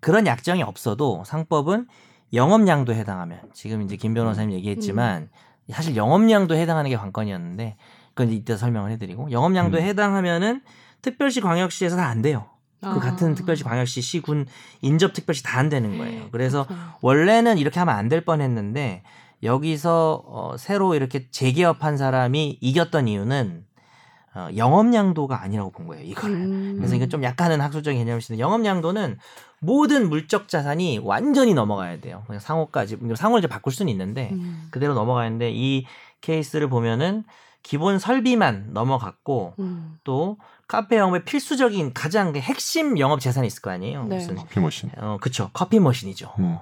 B: 그런 약정이 없어도 상법은 영업량도 해당하면 지금 이제 김 변호사님 얘기했지만
A: 음.
B: 사실 영업량도 해당하는 게 관건이었는데 그건 이제 이따 설명을 해드리고 영업량도
C: 음.
B: 해당하면은 특별시 광역시에서 다 안 돼요. 그
A: 아.
B: 같은 특별시 광역시 시군 인접 특별시 다 안 되는 거예요. 그래서
A: 그렇구나.
B: 원래는 이렇게 하면 안 될 뻔했는데 여기서 어, 새로 이렇게 재개업한 사람이 이겼던 이유는 어, 영업량도가 아니라고 본 거예요. 이걸
A: 음.
B: 그래서 이건 좀 약간은 학술적인 개념이신데 영업량도는 모든 물적 자산이 완전히 넘어가야 돼요. 그냥 상호까지 상호를 이제 바꿀 수는 있는데
A: 음.
B: 그대로 넘어가는데 이 케이스를 보면은 기본 설비만 넘어갔고
A: 음.
B: 또 카페 영업의 필수적인 가장 그 핵심 영업 재산이 있을 거 아니에요.
A: 네.
B: 무슨
C: 커피 머신.
B: 어 그쵸 커피 머신이죠.
C: 음.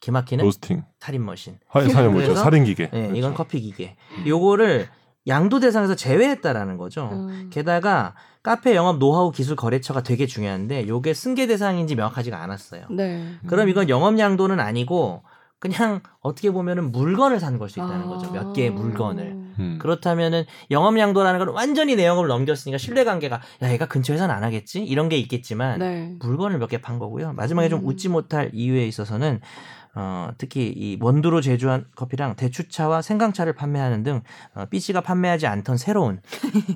B: 기막히는
C: 로스팅.
B: 살인 머신.
C: 하- 살인 뭐죠?
B: 그래서-
C: 살인 기계.
B: 예,
C: 그렇죠.
B: 이건 커피 기계.
C: 음.
B: 요거를 양도 대상에서 제외했다라는 거죠.
A: 음.
B: 게다가 카페 영업 노하우 기술 거래처가 되게 중요한데 요게 승계 대상인지 명확하지가 않았어요.
A: 네.
C: 음.
B: 그럼 이건 영업 양도는 아니고 그냥 어떻게 보면은 물건을 산 걸 수 있다는 거죠. 몇 개의 물건을.
C: 음.
B: 그렇다면은 영업양도라는 건 완전히 내 영업을 넘겼으니까 신뢰관계가 야 얘가 근처에선안 하겠지 이런 게 있겠지만
A: 네.
B: 물건을 몇 개 판 거고요. 마지막에
A: 음.
B: 좀 웃지 못할 이유에 있어서는 어, 특히 이 원두로 제조한 커피랑 대추차와 생강차를 판매하는 등 어, 삐씨가 판매하지 않던 새로운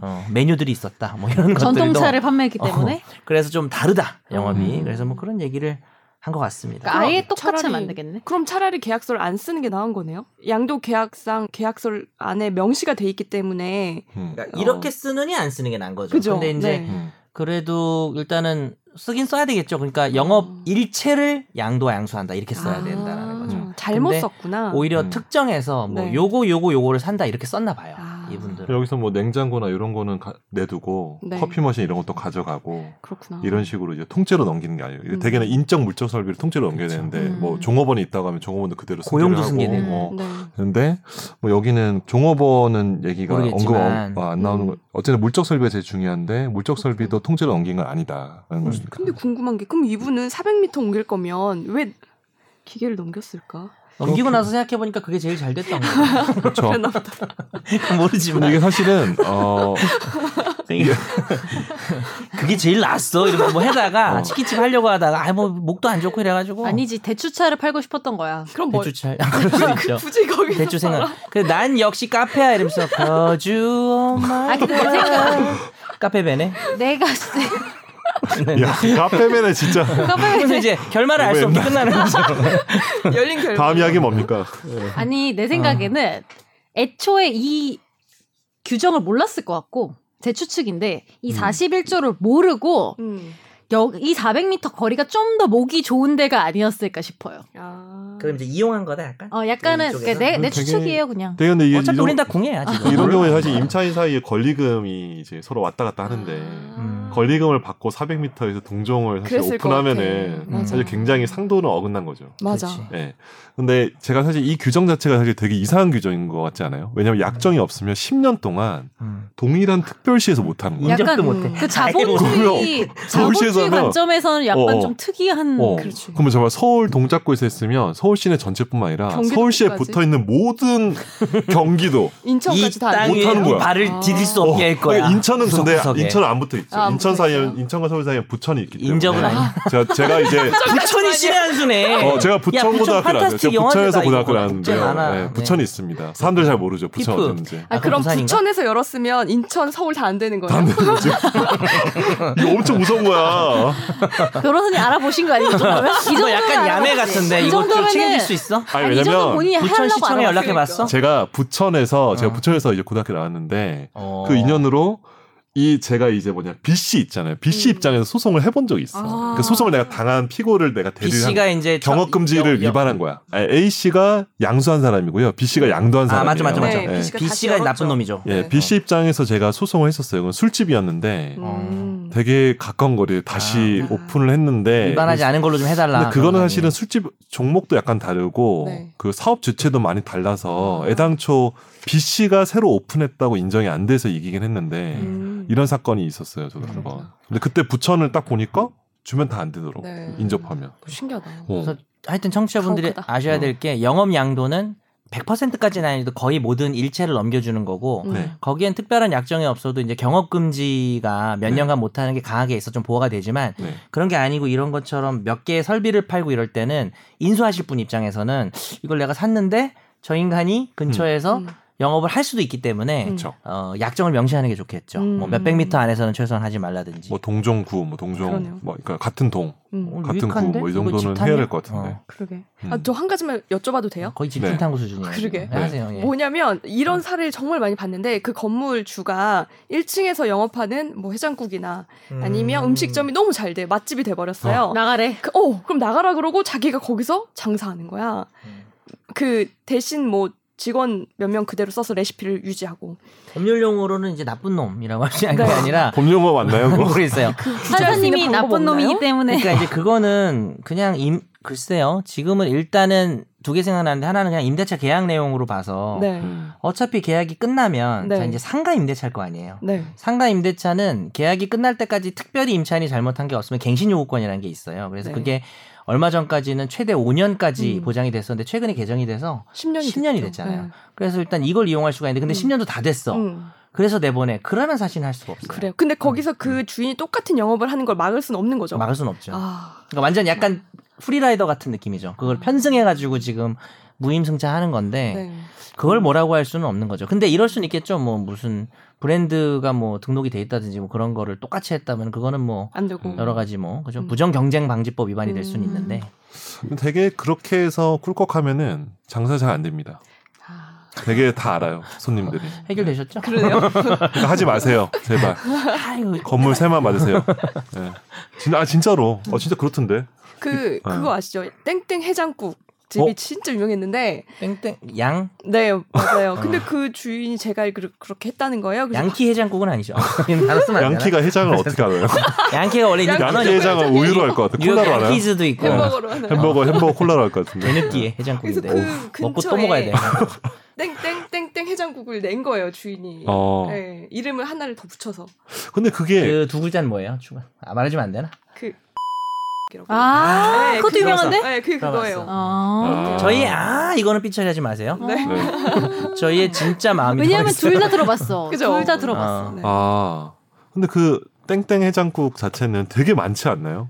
B: 어, 메뉴들이 있었다. 뭐 이런 것들도
D: 전통차를 판매했기 때문에
B: 그래서 좀 다르다 영업이.
C: 음.
B: 그래서 뭐 그런 얘기를 한 것 같습니다.
D: 그러니까 아예
A: 그럼
D: 똑같이
A: 차라리-
D: 만들겠네.
A: 그럼 차라리 계약서를 안 쓰는 게 나은 거네요. 양도 계약상 계약서 안에 명시가 돼 있기 때문에
C: 음.
B: 그러니까 이렇게 쓰느니 안 쓰는 게 난 거죠.
A: 그죠.
B: 그렇죠. 근데 이제
A: 네.
C: 음.
B: 그래도 일단은 쓰긴 써야 되겠죠. 그러니까 영업
A: 음.
B: 일체를 양도와 양수한다 이렇게 써야
A: 아,
B: 된다라는 거죠.
A: 잘못
B: 근데
A: 썼구나.
B: 오히려
C: 음.
B: 특정해서 뭐
A: 아. 네.
B: 요거 요거 요거를 산다 이렇게 썼나 봐요.
A: 아.
B: 이분들. 은
C: 여기서 뭐 냉장고나 이런 거는 가- 내두고
A: 네.
C: 커피 머신 이런 것도 가져가고
B: 음.
A: 그렇구나.
C: 이런 식으로 이제 통째로 넘기는 게 아니에요. 이게
A: 음.
C: 대개는 인적 물적 설비를 통째로 넘겨야
B: 그렇죠.
C: 되는데
A: 음.
C: 뭐 종업원이 있다고 하면 종업원도 그대로
B: 고용도
C: 승계를 하고
B: 승계되고.
C: 뭐
A: 네.
C: 근데 뭐 여기는 종업원은 얘기가 언급
B: 모르겠지만.
C: 안- 안 나오는
A: 음.
C: 거 어쨌든 물적 설비가 제일 중요한데 물적 설비도 통째로 옮긴 건 아니다라는 것입니다.
A: 근데 궁금한 게 그럼 이분은 400m 옮길 거면 왜 기계를 넘겼을까?
B: 넘기고
C: 그렇게-
B: 나서 생각해 보니까 그게 제일 잘 됐던 거예요. 그러니까
C: 그렇죠. 근데
B: 모르지만
C: 이게 사실은 어
B: 이게- 그게 제일 낫어. 이러고 뭐 해다가
C: 어.
B: 치킨집 하려고 하다가 아뭐 목도 안
A: 어.
B: 좋고 이래가지고
D: 아니지 대추차를 팔고 싶었던 거야.
A: 그럼 뭐
B: 대추차 아, 그럴 수 있죠.
A: 굳이 거기서
B: 대추 생각. 그 난 역시 카페야 이러면서 거주
D: 아,
B: 엄마.
D: 근데 내 생각-
B: 카페 베네. 네.
D: 내가 쎄.
C: 야, 카페맨에 진짜
B: 그래서 이제 결말을 알 수 없게 끝나는 거죠.
A: 열린 결말.
C: 다음 이야기 뭡니까?
D: 아니 내 생각에는 애초에 이 규정을 몰랐을 것 같고 제 추측인데 이
C: 음.
D: 41조를 모르고
A: 음.
D: 여, 이 400m 거리가 좀 더 목이 좋은 데가 아니었을까 싶어요.
A: 아.
B: 그럼 이제 이용한 거다 약간.
D: 어 약간은
B: 음,
D: 그러니까 내, 내
C: 되게-
D: 추측이에요 그냥.
C: 되게 네, 근데 이게
B: 어차피
C: 이런-
B: 우린 다 궁예야 지금.
C: 이런 경우에 사실 임차인 사이에 권리금이 이제 서로 왔다 갔다 하는데
B: 음.
C: 권리금을 받고 400m에서 동종을 사실
A: 그랬을 것
C: 오픈하면은
A: 같아. 맞아.
C: 사실 굉장히 상도는 어긋난 거죠.
A: 맞아.
B: 그렇지.
C: 예. 근데 제가 사실 이 규정 자체가 사실 되게 이상한 규정인 것 같지 않아요? 왜냐하면 약정이 없으면 10년 동안
B: 음.
C: 동일한 특별시에서 못 하는 거예요.
D: 약-
B: 인정도
D: 약간
B: 못해.
D: 그
C: 그럼요.
D: 자본주의
C: 서울시에서
D: 자본주의
C: 하면-
D: 관점에서는 약간
C: 어, 어.
D: 좀 특이한
C: 어,
A: 음, 그렇지.
C: 그러면 정말 서울 동작구에서 했으면 서울 시내 전체뿐만 아니라
A: 경기도까지.
C: 서울시에 붙어 있는 모든 경기도
A: 인천까지 다
B: 이땅
A: 안-
C: 땅이-
B: 위에
C: 못하는 거야.
B: 발을 디딜 수 없게 할 어, 거야.
C: 그러니까 인천은 근데
B: 구석구석에.
C: 인천은 안 붙어 있죠.
A: 아, 안
C: 인천
A: 붙어
C: 사이에
A: 있어요?
C: 인천과 서울 사이에 부천이 있기 때문에 네,
B: 인정은 아니야.
C: 제가 제가 이제
B: 부천이 신한수네.
C: 어, 제가 부천
B: 야, 부천
C: 고등학교 나왔어요.
B: 판타스틱
C: 제가 부천에서
B: 영화제다,
C: 고등학교
B: 이거. 국제
C: 나왔는데요.
B: 많아.
C: 네,
B: 네.
C: 부천이 있습니다. 사람들 잘 모르죠. 부천
B: 피프.
C: 어딘지.
A: 아, 그럼
B: 부산인가?
A: 부천에서 열었으면 인천, 서울 다 안 되는 거예요.
C: 다음 문제. 이거 엄청 무서운 거야.
D: 변호사님 알아보신 거 아니에요? 이 정도면? 이
B: 이거
D: 정도면
B: 뭐 약간 야매
D: 알아봤지.
B: 같은데
D: 이
B: 이거 좀
D: 정도면은-
B: 책임질 수 있어?
C: 아니,
D: 아니, 이 정도
C: 왜냐면
D: 본인이
B: 부천
D: 하려고
B: 시청에
D: 알아봤으니까.
B: 연락해봤어?
C: 제가 부천에서 제가
B: 어.
C: 부천에서 이제 고등학교 나왔는데
B: 어.
C: 그 인연으로 이 제가 이제 뭐냐 B 씨 있잖아요. B
A: 음.
C: 씨 입장에서 소송을 해본 적이 있어.
A: 아.
C: 그 소송을 내가 당한 피고를 내가
B: B
C: 대리한
B: 씨가 이제
C: 경업 금지를
B: 여- 여-
C: 위반한 거야. 아니, A 씨가 양수한 사람이고요. B 씨가
B: 아
C: 양도한 사람이에요.
B: 맞죠 맞죠 맞죠.
A: 네,
C: 예.
A: B 씨가
B: B
A: 다시
B: 씨가
A: 열었죠.
B: 나쁜 놈이죠.
C: 예,
A: 네.
C: B 씨 입장에서 제가 소송을 했었어요. 그건 술집이었는데
A: 음.
C: 되게 가까운 거리에 다시
A: 아.
C: 오픈을 했는데
B: 위반하지 음. 않은 걸로 좀 해달라.
C: 예, 그렇죠. 근데 그거는
B: 그러더니.
C: 사실은 술집 종목도 약간 다르고
A: 네. 아.
C: 그 사업 주체도 많이 달라서 애당초 B 씨가 새로 오픈했다고 인정이 안 돼서 이기긴 했는데
A: 음.
C: 이런 사건이 있었어요. 저도 한번. 근데 그때 부천을 딱 보니까 주면 다 안 되도록
A: 그렇죠. 네.
C: 인접하면.
A: 신기하다.
C: 어.
B: 그래서 하여튼 청취자분들이
D: 가혹하다.
B: 아셔야
C: 어.
B: 될 게 영업 양도는 100%까지는 아니도 거의 모든 일체를 넘겨주는 거고
A: 음.
C: 네.
B: 거기엔 특별한 약정이 없어도 이제 경업 금지가 몇
C: 네.
B: 년간 못하는 게 강하게 있어 좀 보호가 되지만
C: 네.
B: 그런 게 아니고 이런 것처럼 몇 개의 설비를 팔고 이럴 때는 인수하실 분 입장에서는 이걸 내가 샀는데 저 인간이 근처에서
A: 음.
B: 영업을 할 수도 있기 때문에
A: 음.
C: 그렇죠.
B: 어, 약정을 명시하는 게 좋겠죠.
A: 음.
B: 뭐 몇백 미터 안에서는 최소한 하지 말라든지.
C: 뭐 동종구, 뭐 동종,
A: 그러네요.
C: 뭐 그러니까 같은 동,
A: 음.
C: 같은 구,
B: 어, 유익한데?
C: 뭐 이
B: 이거
C: 정도는
B: 집탄이야?
C: 해야 될 것 같은데.
B: 어.
A: 그러게.
C: 음.
A: 아, 저 한 가지만 여쭤봐도 돼요?
B: 거의
C: 네.
B: 집중탐구 수준이에요.
A: 그러게.
B: 지금.
C: 네.
B: 하세요. 예.
A: 뭐냐면 이런 사례를 정말 많이 봤는데 그 건물 주가 1층에서 영업하는 뭐 해장국이나 아니면
B: 음.
A: 음식점이 너무 잘 돼 맛집이 돼 버렸어요.
D: 나가래.
A: 그, 어, 그럼 나가라 그러고 자기가 거기서 장사하는 거야.
B: 음.
A: 그 대신 뭐 직원 몇 명 그대로 써서 레시피를 유지하고
B: 법률 용어로는 이제 나쁜 놈이라고 하는 게
A: 네.
B: 아니라
C: 법률법 맞나요? 그거?
B: 모르겠어요.
D: 사장님이 나쁜 놈이기
A: 네.
D: 때문에
B: 그러니까 이제 그거는 그냥 임 글쎄요. 지금은 일단은 두 개 생각나는데 하나는 그냥 임대차 계약 내용으로 봐서
A: 네.
C: 음.
B: 어차피 계약이 끝나면
A: 네.
B: 자 이제 상가 임대차일 거 아니에요.
A: 네.
B: 상가 임대차는 계약이 끝날 때까지 특별히 임차인이 잘못한 게 없으면 갱신 요구권이라는 게 있어요. 그래서
A: 네.
B: 그게 얼마 전까지는 최대 5년까지
A: 음.
B: 보장이 됐었는데 최근에 개정이 돼서
A: 10년이,
B: 10년이 됐잖아요. 그래서 일단 이걸 이용할 수가
A: 음.
B: 있는데 근데 10년도 다
A: 네.
B: 됐어. 그래서 내보내. 그러면 사실 할 수가 없어요.
A: 그래요. 근데 거기서 그 주인이 똑같은 영업을 하는 걸 막을 수는 없는 거죠.
B: 막을 수는 없죠.
A: 아,
B: 그러니까 완전 약간 프리라이더 같은 느낌이죠. 그걸 편승해가지고 지금 무임승차하는 건데
A: 음. 네.
B: 그걸 뭐라고 할 수는 없는 거죠. 근데 이럴 수는 있겠죠. 뭐 무슨 브랜드가 뭐 등록이 돼 있다든지 뭐 그런 거를 똑같이 했다면 그거는 뭐
A: 안 되고
B: 여러 가지 뭐 그죠
A: 음.
B: 부정 경쟁 방지법 위반이 될 수는
A: 음.
B: 있는데
C: 되게 그렇게 해서 꿀꺽하면은 장사 잘 안 됩니다.
A: 아,
C: 되게 다 알아요 손님들이.
B: 해결되셨죠?
A: 그러네요.
C: 그러니까 하지 마세요 제발.
B: 아이고
C: 건물 세만 맞으세요. 예. 진, 아 진짜로. 어 진짜 그렇던데.
A: 그
C: 어.
A: 그거 아시죠? 땡땡 해장국 집이
C: 어?
A: 진짜 유명했는데
B: 땡땡 양
A: 네 맞아요. 근데 그 주인이 제가 알기로 그렇게 했다는 거예요. 그래서
B: 양키 해장국은 아니죠. 알았
C: 양키가 해장을 어떻게 알아요?
B: 양키가 원래 이제
A: 양키
B: 만원
A: 해장-
C: 양키 해장은 우유로 할 것 같아.
B: 뉴욕
C: 콜라로 안 해요?
B: 양키즈도 있고
A: 그 햄버거로 하는
C: 햄버거 햄버거 콜라로 할 것 같은데.
B: 대느끼에
A: 그래서
B: 해장국인데
A: 그
B: 먹고
A: 근처에
B: 또 먹어야 돼.
A: 땡땡땡땡 해장국을 낸 거예요 주인이.
C: 어.
A: 네, 이름을 하나를 더 붙여서
C: 근데 그게
B: 그 두 글자는 뭐예요? 추가 아, 말해주면 안 되나?
A: 그. 이라고.
D: 아,
A: 네,
D: 그것도
A: 그거-
D: 유명한데?
A: 네, 그게 그거예요.
D: 아.
C: 아.
B: 저희 아 이거는 삐처리하지 마세요.
A: 네.
C: 네.
B: 저희의 진짜 마음이
D: 음. 왜냐하면
B: 들어있어요.
D: 둘 다 들어봤어.
A: 그죠?
D: 둘 다 들어봤어.
B: 아.
A: 네,
C: 아 근데 그 땡땡 해장국 자체는 되게 많지 않나요?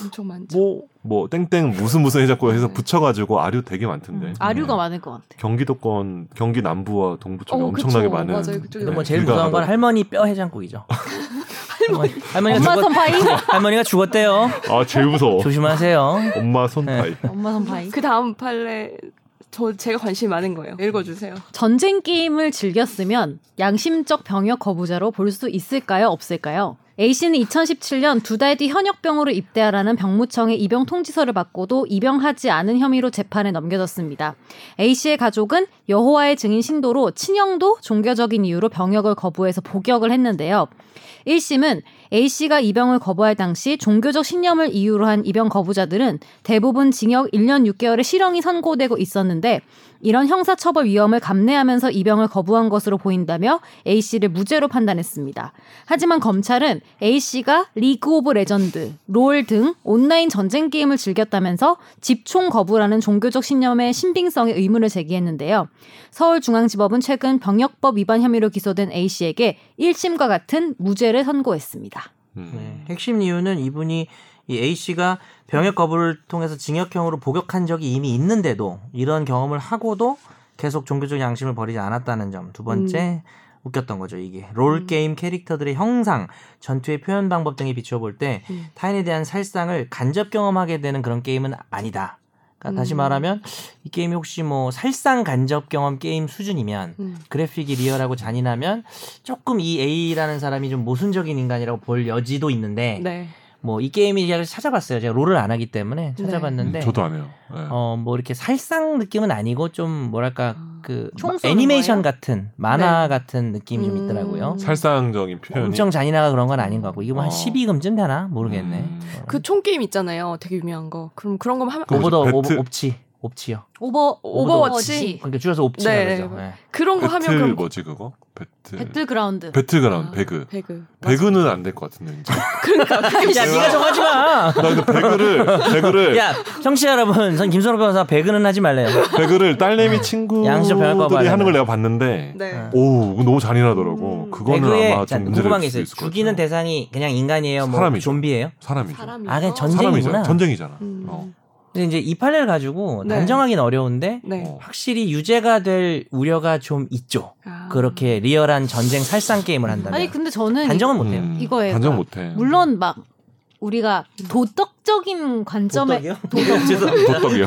A: 엄청 많죠.
C: 그 뭐 뭐 땡땡 무슨 무슨 해장국 해서 붙여가지고 아류 되게 많던데.
A: 음,
D: 아류가
C: 네.
D: 많을 것 같아.
C: 경기도권 경기 남부와 동부 쪽에
A: 어,
C: 엄청나게
A: 그쵸.
C: 많은.
A: 맞아요. 그쪽에
B: 근데 뭐
A: 네,
B: 제일 무서운 건 할머니 뼈 해장국이죠. 할머니 할머니가
D: 엄마
B: 죽었
D: 선파이?
B: 할머니가 죽었대요.
C: 아 제일 무서워.
B: 조심하세요.
C: 엄마 손파이.
D: 엄마 선파이?
A: 그 다음 판례 저 제가 관심이 많은 거예요. 읽어주세요.
D: 전쟁 게임을 즐겼으면 양심적 병역 거부자로 볼 수 있을까요? 없을까요? A씨는 2017년 두 달 뒤 현역병으로 입대하라는 병무청의 입영 통지서를 받고도 입영하지 않은 혐의로 재판에 넘겨졌습니다. A씨의 가족은 여호와의 증인 신도로 친형도 종교적인 이유로 병역을 거부해서 복역을 했는데요. 1심은 A씨가 입영을 거부할 당시 종교적 신념을 이유로 한 입영 거부자들은 대부분 징역 1년 6개월의 실형이 선고되고 있었는데 이런 형사처벌 위험을 감내하면서 입영을 거부한 것으로 보인다며 A씨를 무죄로 판단했습니다. 하지만 검찰은 A씨가 리그 오브 레전드, 롤 등 온라인 전쟁 게임을 즐겼다면서 집총 거부라는 종교적 신념의 신빙성에 의문을 제기했는데요. 서울중앙지법은 최근 병역법 위반 혐의로 기소된 A씨에게 1심과 같은 무죄를 선고했습니다.
B: 네.
C: 음.
B: 핵심 이유는 이분이 이 A 씨가 병역 거부를 통해서 징역형으로 복역한 적이 이미 있는데도 이런 경험을 하고도 계속 종교적 양심을 버리지 않았다는 점. 두 번째
A: 음.
B: 웃겼던 거죠 이게 롤 게임 캐릭터들의 형상, 전투의 표현 방법 등에 비춰볼 때
A: 음.
B: 타인에 대한 살상을 간접 경험하게 되는 그런 게임은 아니다. 그러니까 다시
A: 음.
B: 말하면 이 게임이 혹시 뭐 살상 간접 경험 게임 수준이면
A: 음.
B: 그래픽이 리얼하고 잔인하면 조금 이 A라는 사람이 좀 모순적인 인간이라고 볼 여지도 있는데
A: 네.
B: 뭐 이 게임의 이야기를 찾아봤어요. 제가 롤을 안 하기 때문에
A: 네.
B: 찾아봤는데
C: 저도 안 해요. 네.
B: 어 뭐 이렇게 살상 느낌은 아니고 좀 뭐랄까
A: 아.
B: 그
D: 총
B: 마-
D: 쏘는
B: 애니메이션
D: 거예요?
B: 같은 만화
A: 네.
B: 같은 느낌이 좀
A: 음.
B: 있더라고요.
C: 살상적인 표현이.
B: 엄청 잔인하고 그런 건 아닌 것 같고 이거 뭐한
C: 어.
B: 12금쯤 되나 모르겠네.
C: 음.
A: 그 총 게임 있잖아요. 되게 유명한 거. 그럼 그런 거면 하면
C: 그 뭐죠?
B: 오버더 오버
C: 배트-
B: 옵치 옵치요.
D: 오버
A: 오버워치.
B: 그러니까 줄여서 옵치라고
A: 네.
B: 그러죠. 네.
A: 그런 거 하면
C: 배틀
A: 그럼
C: 뭐지 그거? 배틀.
D: 배틀그라운드.
C: 배틀그라운드
A: 아,
C: 배그.
A: 배그.
C: 배그는 안 될 것 같은데 이제.
B: 야 네가 정하지 마.
C: 나 근데 배그를 배그를
B: 야, 청취자 여러분, 전 김선호 변호사 배그는 하지 말래요.
C: 배그를 딸내미 친구들이
B: 네. 양심적 변할까 봐요.
C: 하는 걸 내가 봤는데
A: 네. 네.
C: 오 이거 너무 잔인하더라고.
A: 음.
C: 그거는
B: 네, 배그에
C: 아마
B: 자,
C: 좀 문제를
B: 궁금한 게
C: 줄 수
B: 있어요.
C: 있을 것
B: 죽이는
C: 같아요.
B: 대상이 그냥 인간이에요, 뭐
C: 사람이죠.
B: 좀비예요?
C: 사람이죠.
A: 사람이죠.
B: 아, 그냥 전쟁-
C: 사람이죠.
B: 전쟁이구나.
C: 전쟁이잖아.
A: 음.
C: 어.
B: 근데 이제 이 판례를 가지고
A: 네.
B: 단정하기는 어려운데
A: 네.
C: 어.
B: 확실히 유죄가 될 우려가 좀 있죠.
A: 아.
B: 그렇게 리얼한 전쟁 살상 게임을 한다면
D: 아니 근데 저는
B: 단정은 못해요.
C: 음,
D: 이거예요.
C: 단정 못해.
D: 물론 막 우리가 도덕적인 관점에
B: 도덕이요? 도덕.
C: 도덕이요.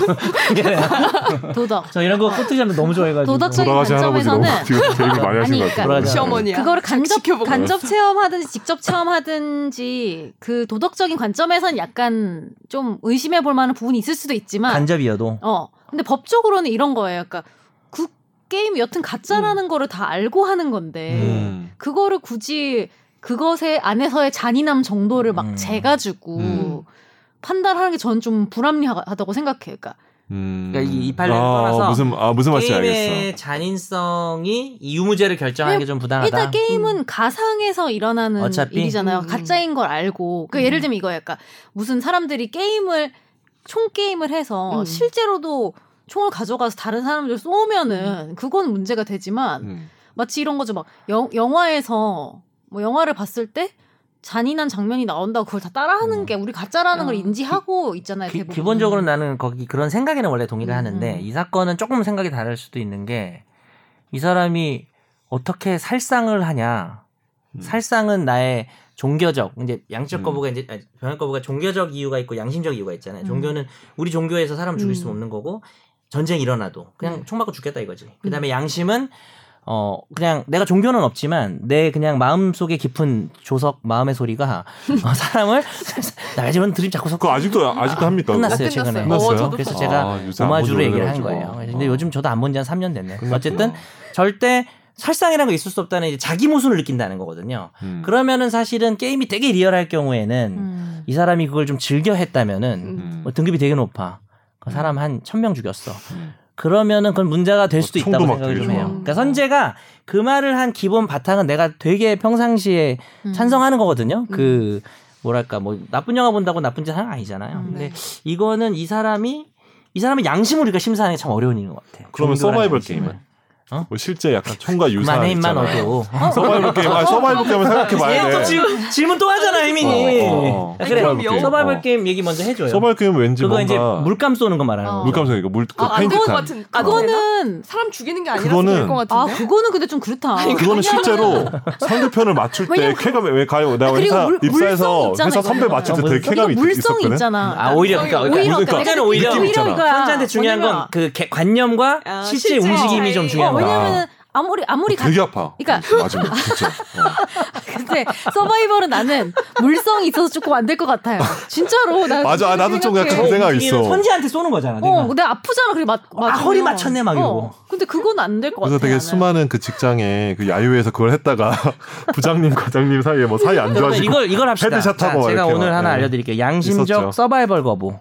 D: 도덕
B: 저 이런 거 코트장도 너무 좋아해가지고.
D: 도덕적-
C: 돌아가신 할아버지 너무
D: 관점에서는-
C: 지금 대입을 많이 하신
D: 아니,
C: 것 같아요.
B: 그러니까
A: 시어머니야.
D: 그거를 간접
A: 지켜보고.
D: 간접 체험하든지 직접 체험하든지 그 도덕적인 관점에선 약간 좀 의심해 볼 만한 부분이 있을 수도 있지만
C: 음.
B: 간접이어도.
D: 어 근데 법적으로는 이런 거예요. 그러니까 그 게임 여튼 가짜라는 거를 다 알고 하는 건데
C: 음.
D: 그거를 굳이 그것에 안에서의 잔인함 정도를 막
B: 음.
D: 재가지고
C: 음.
D: 판단하는 게 저는 좀 불합리하다고 생각해요. 그러니까
C: 음.
B: 그러니까 이- 이 판례를 떠나서
C: 아, 무슨 아 무슨 말인지
B: 게임의
C: 알겠어.
B: 잔인성이 이 유무죄를 결정하는 게 좀 부당하다.
D: 네, 일단 게임은 가상에서 일어나는
B: 아, 어차피?
D: 일이잖아요.
A: 음.
D: 가짜인 걸 알고. 그
B: 음.
D: 예를 들면 이거예요. 그러니까 무슨 사람들이 게임을 총 게임을 해서
A: 음.
D: 실제로도 총을 가져가서 다른 사람들 쏘면은 그건 문제가 되지만
C: 음.
D: 마치 이런 거죠. 막 영, 영화에서 뭐 영화를 봤을 때 잔인한 장면이 나온다고 그걸 다 따라하는
B: 음.
D: 게 우리 가짜라는 걸
A: 어.
D: 인지하고 있잖아요.
B: 그 기,
D: 대부분.
B: 기본적으로 나는 거기 그런 생각에는 원래 동의를
D: 음,
B: 하는데
D: 음.
B: 이 사건은 조금 생각이 다를 수도 있는 게 이 사람이 어떻게 살상을 하냐.
C: 음.
B: 살상은 나의 종교적 이제 양적
C: 음.
B: 거부가 이제 아니, 병역 거부가 종교적 이유가 있고 양심적 이유가 있잖아요.
D: 음.
B: 종교는 우리 종교에서 사람 죽일 수
D: 음.
B: 없는 거고 전쟁 일어나도 그냥
D: 음.
B: 총 맞고 죽겠다 이거지. 그다음에 양심은 어 그냥 내가 종교는 없지만 내 그냥 마음 속에 깊은 조석 마음의 소리가 어, 사람을 나의 집은 드립 자꾸 섞고
C: 그거 아직도 아직도 합니까? 그거?
B: 끝났어요
A: 끝났어요.
B: 최근에.
A: 끝났어요? 어, 저도
B: 그래서
A: 봤어요.
B: 제가
C: 아, 요새 안
B: 오마주로
C: 보지
B: 얘기를 한
C: 오래돼가지고.
B: 거예요. 근데
C: 아.
B: 요즘 저도 안 본 지 한 3년 됐네. 요
C: 그렇구나.
B: 어쨌든 절대 살상이라는 거 있을 수 없다는 이제 자기 모순을 느낀다는 거거든요.
C: 음.
B: 그러면은 사실은 게임이 되게 리얼할 경우에는
D: 음.
B: 이 사람이 그걸 좀 즐겨 했다면은
C: 음.
B: 뭐 등급이 되게 높아. 그 사람 한 천 명 죽였어.
C: 음.
B: 그러면은 그건 문제가 될
C: 어,
B: 수도
C: 총도
B: 있다고
C: 막
B: 생각을
C: 되게
B: 좀 해요.
A: 좋아.
B: 그러니까 선재가 그 말을 한 기본 바탕은 내가 되게 평상시에
D: 음.
B: 찬성하는 거거든요. 그 뭐랄까 뭐 나쁜 영화 본다고 나쁜 짓 하는 거 아니잖아요.
D: 음.
B: 근데 이거는 이 사람이 이 사람의 양심을 우리가 심사하는 게 참 어려운 일인 것 같아요.
C: 그러면
B: 종교라는
C: 서바이벌
B: 양심을.
C: 게임은? 뭐 실제 약간 총과 유사한
B: 그만해 임만
C: 있잖아요.
B: 어도.
C: 서바이벌 게임, 아 서바이벌 게임을 생각해
B: 얘
C: 봐야
B: 또
C: 돼.
B: 지금 질문 또 하잖아 이민이.
C: 어, 어, 어.
B: 아, 그래
C: 서바이벌 게임.
B: 서바이벌
C: 어.
B: 게임 얘기 먼저 해줘요.
C: 서바이벌 게임 왠지
B: 그거 이제
C: 뭔가
B: 물감 쏘는 거 말하는
D: 어.
B: 거.
C: 물감 생각이고 물그
A: 아, 안
C: 페인트 어,
A: 그거
C: 탄.
A: 같은
D: 아, 그거는
A: 사람 죽이는 게 아니라서
C: 그거는-
A: 될것
D: 아
A: 같은데.
D: 그거는 근데 좀 그렇다.
C: 그거는 실제로 상대편을 맞출 때
D: 왜냐면
C: 쾌감이 왜 가요? 내가
D: 그리고
C: 회사
D: 물- 물성
C: 입사해서
D: 있잖아,
C: 회사 선배
D: 이거는.
C: 맞출 때 되게
B: 그러니까
C: 쾌감이 있-
D: 물성이
C: 있었거든.
D: 있잖아.
B: 아 오히려 그러니까
A: 오히려
B: 그러니까
C: 그러니까
B: 선재는 오히려 그러니까
D: 오히려
C: 느낌 있잖아.
D: 이거야.
B: 선재한테 중요한
D: 왜냐면-
B: 건 그 관념과
A: 아,
B: 실제
A: 실제
B: 움직임이 좀
A: 차이.
B: 중요한
D: 어,
B: 거야.
D: 왜냐면은 아무리 아무리 가,
C: 되게 아파. 음,
D: 그러니까-
C: 맞으면 진짜. 어.
D: 근데 서바이벌은 나는 물성이 있어서 조금 안 될 것 같아요. 진짜로 나
C: 맞아, 아, 나도 좀 약간
D: 생각해.
C: 그런 생각
B: 움직이는
C: 있어.
B: 선재한테 쏘는 거잖아. 내가.
D: 어, 내가 아프잖아. 그래 맞. 맞으면. 어,
B: 허리 맞췄네, 막 이러고.
D: 근데 그건 안 될 것 같아.
C: 그래서 되게
D: 나는.
C: 수많은 그 직장에 그 야유회에서 그걸 했다가 부장님, 과장님 사이에 뭐 사이
D: 그러니까
C: 안
B: 그러면
C: 좋아지고
B: 어, 이걸 이걸 합시다.
C: 헤드샷
B: 자,
C: 하고
B: 제가
C: 이렇게
B: 오늘
C: 막,
B: 하나
C: 네.
B: 알려드릴게요. 양심적
C: 있었죠.
B: 서바이벌 거부.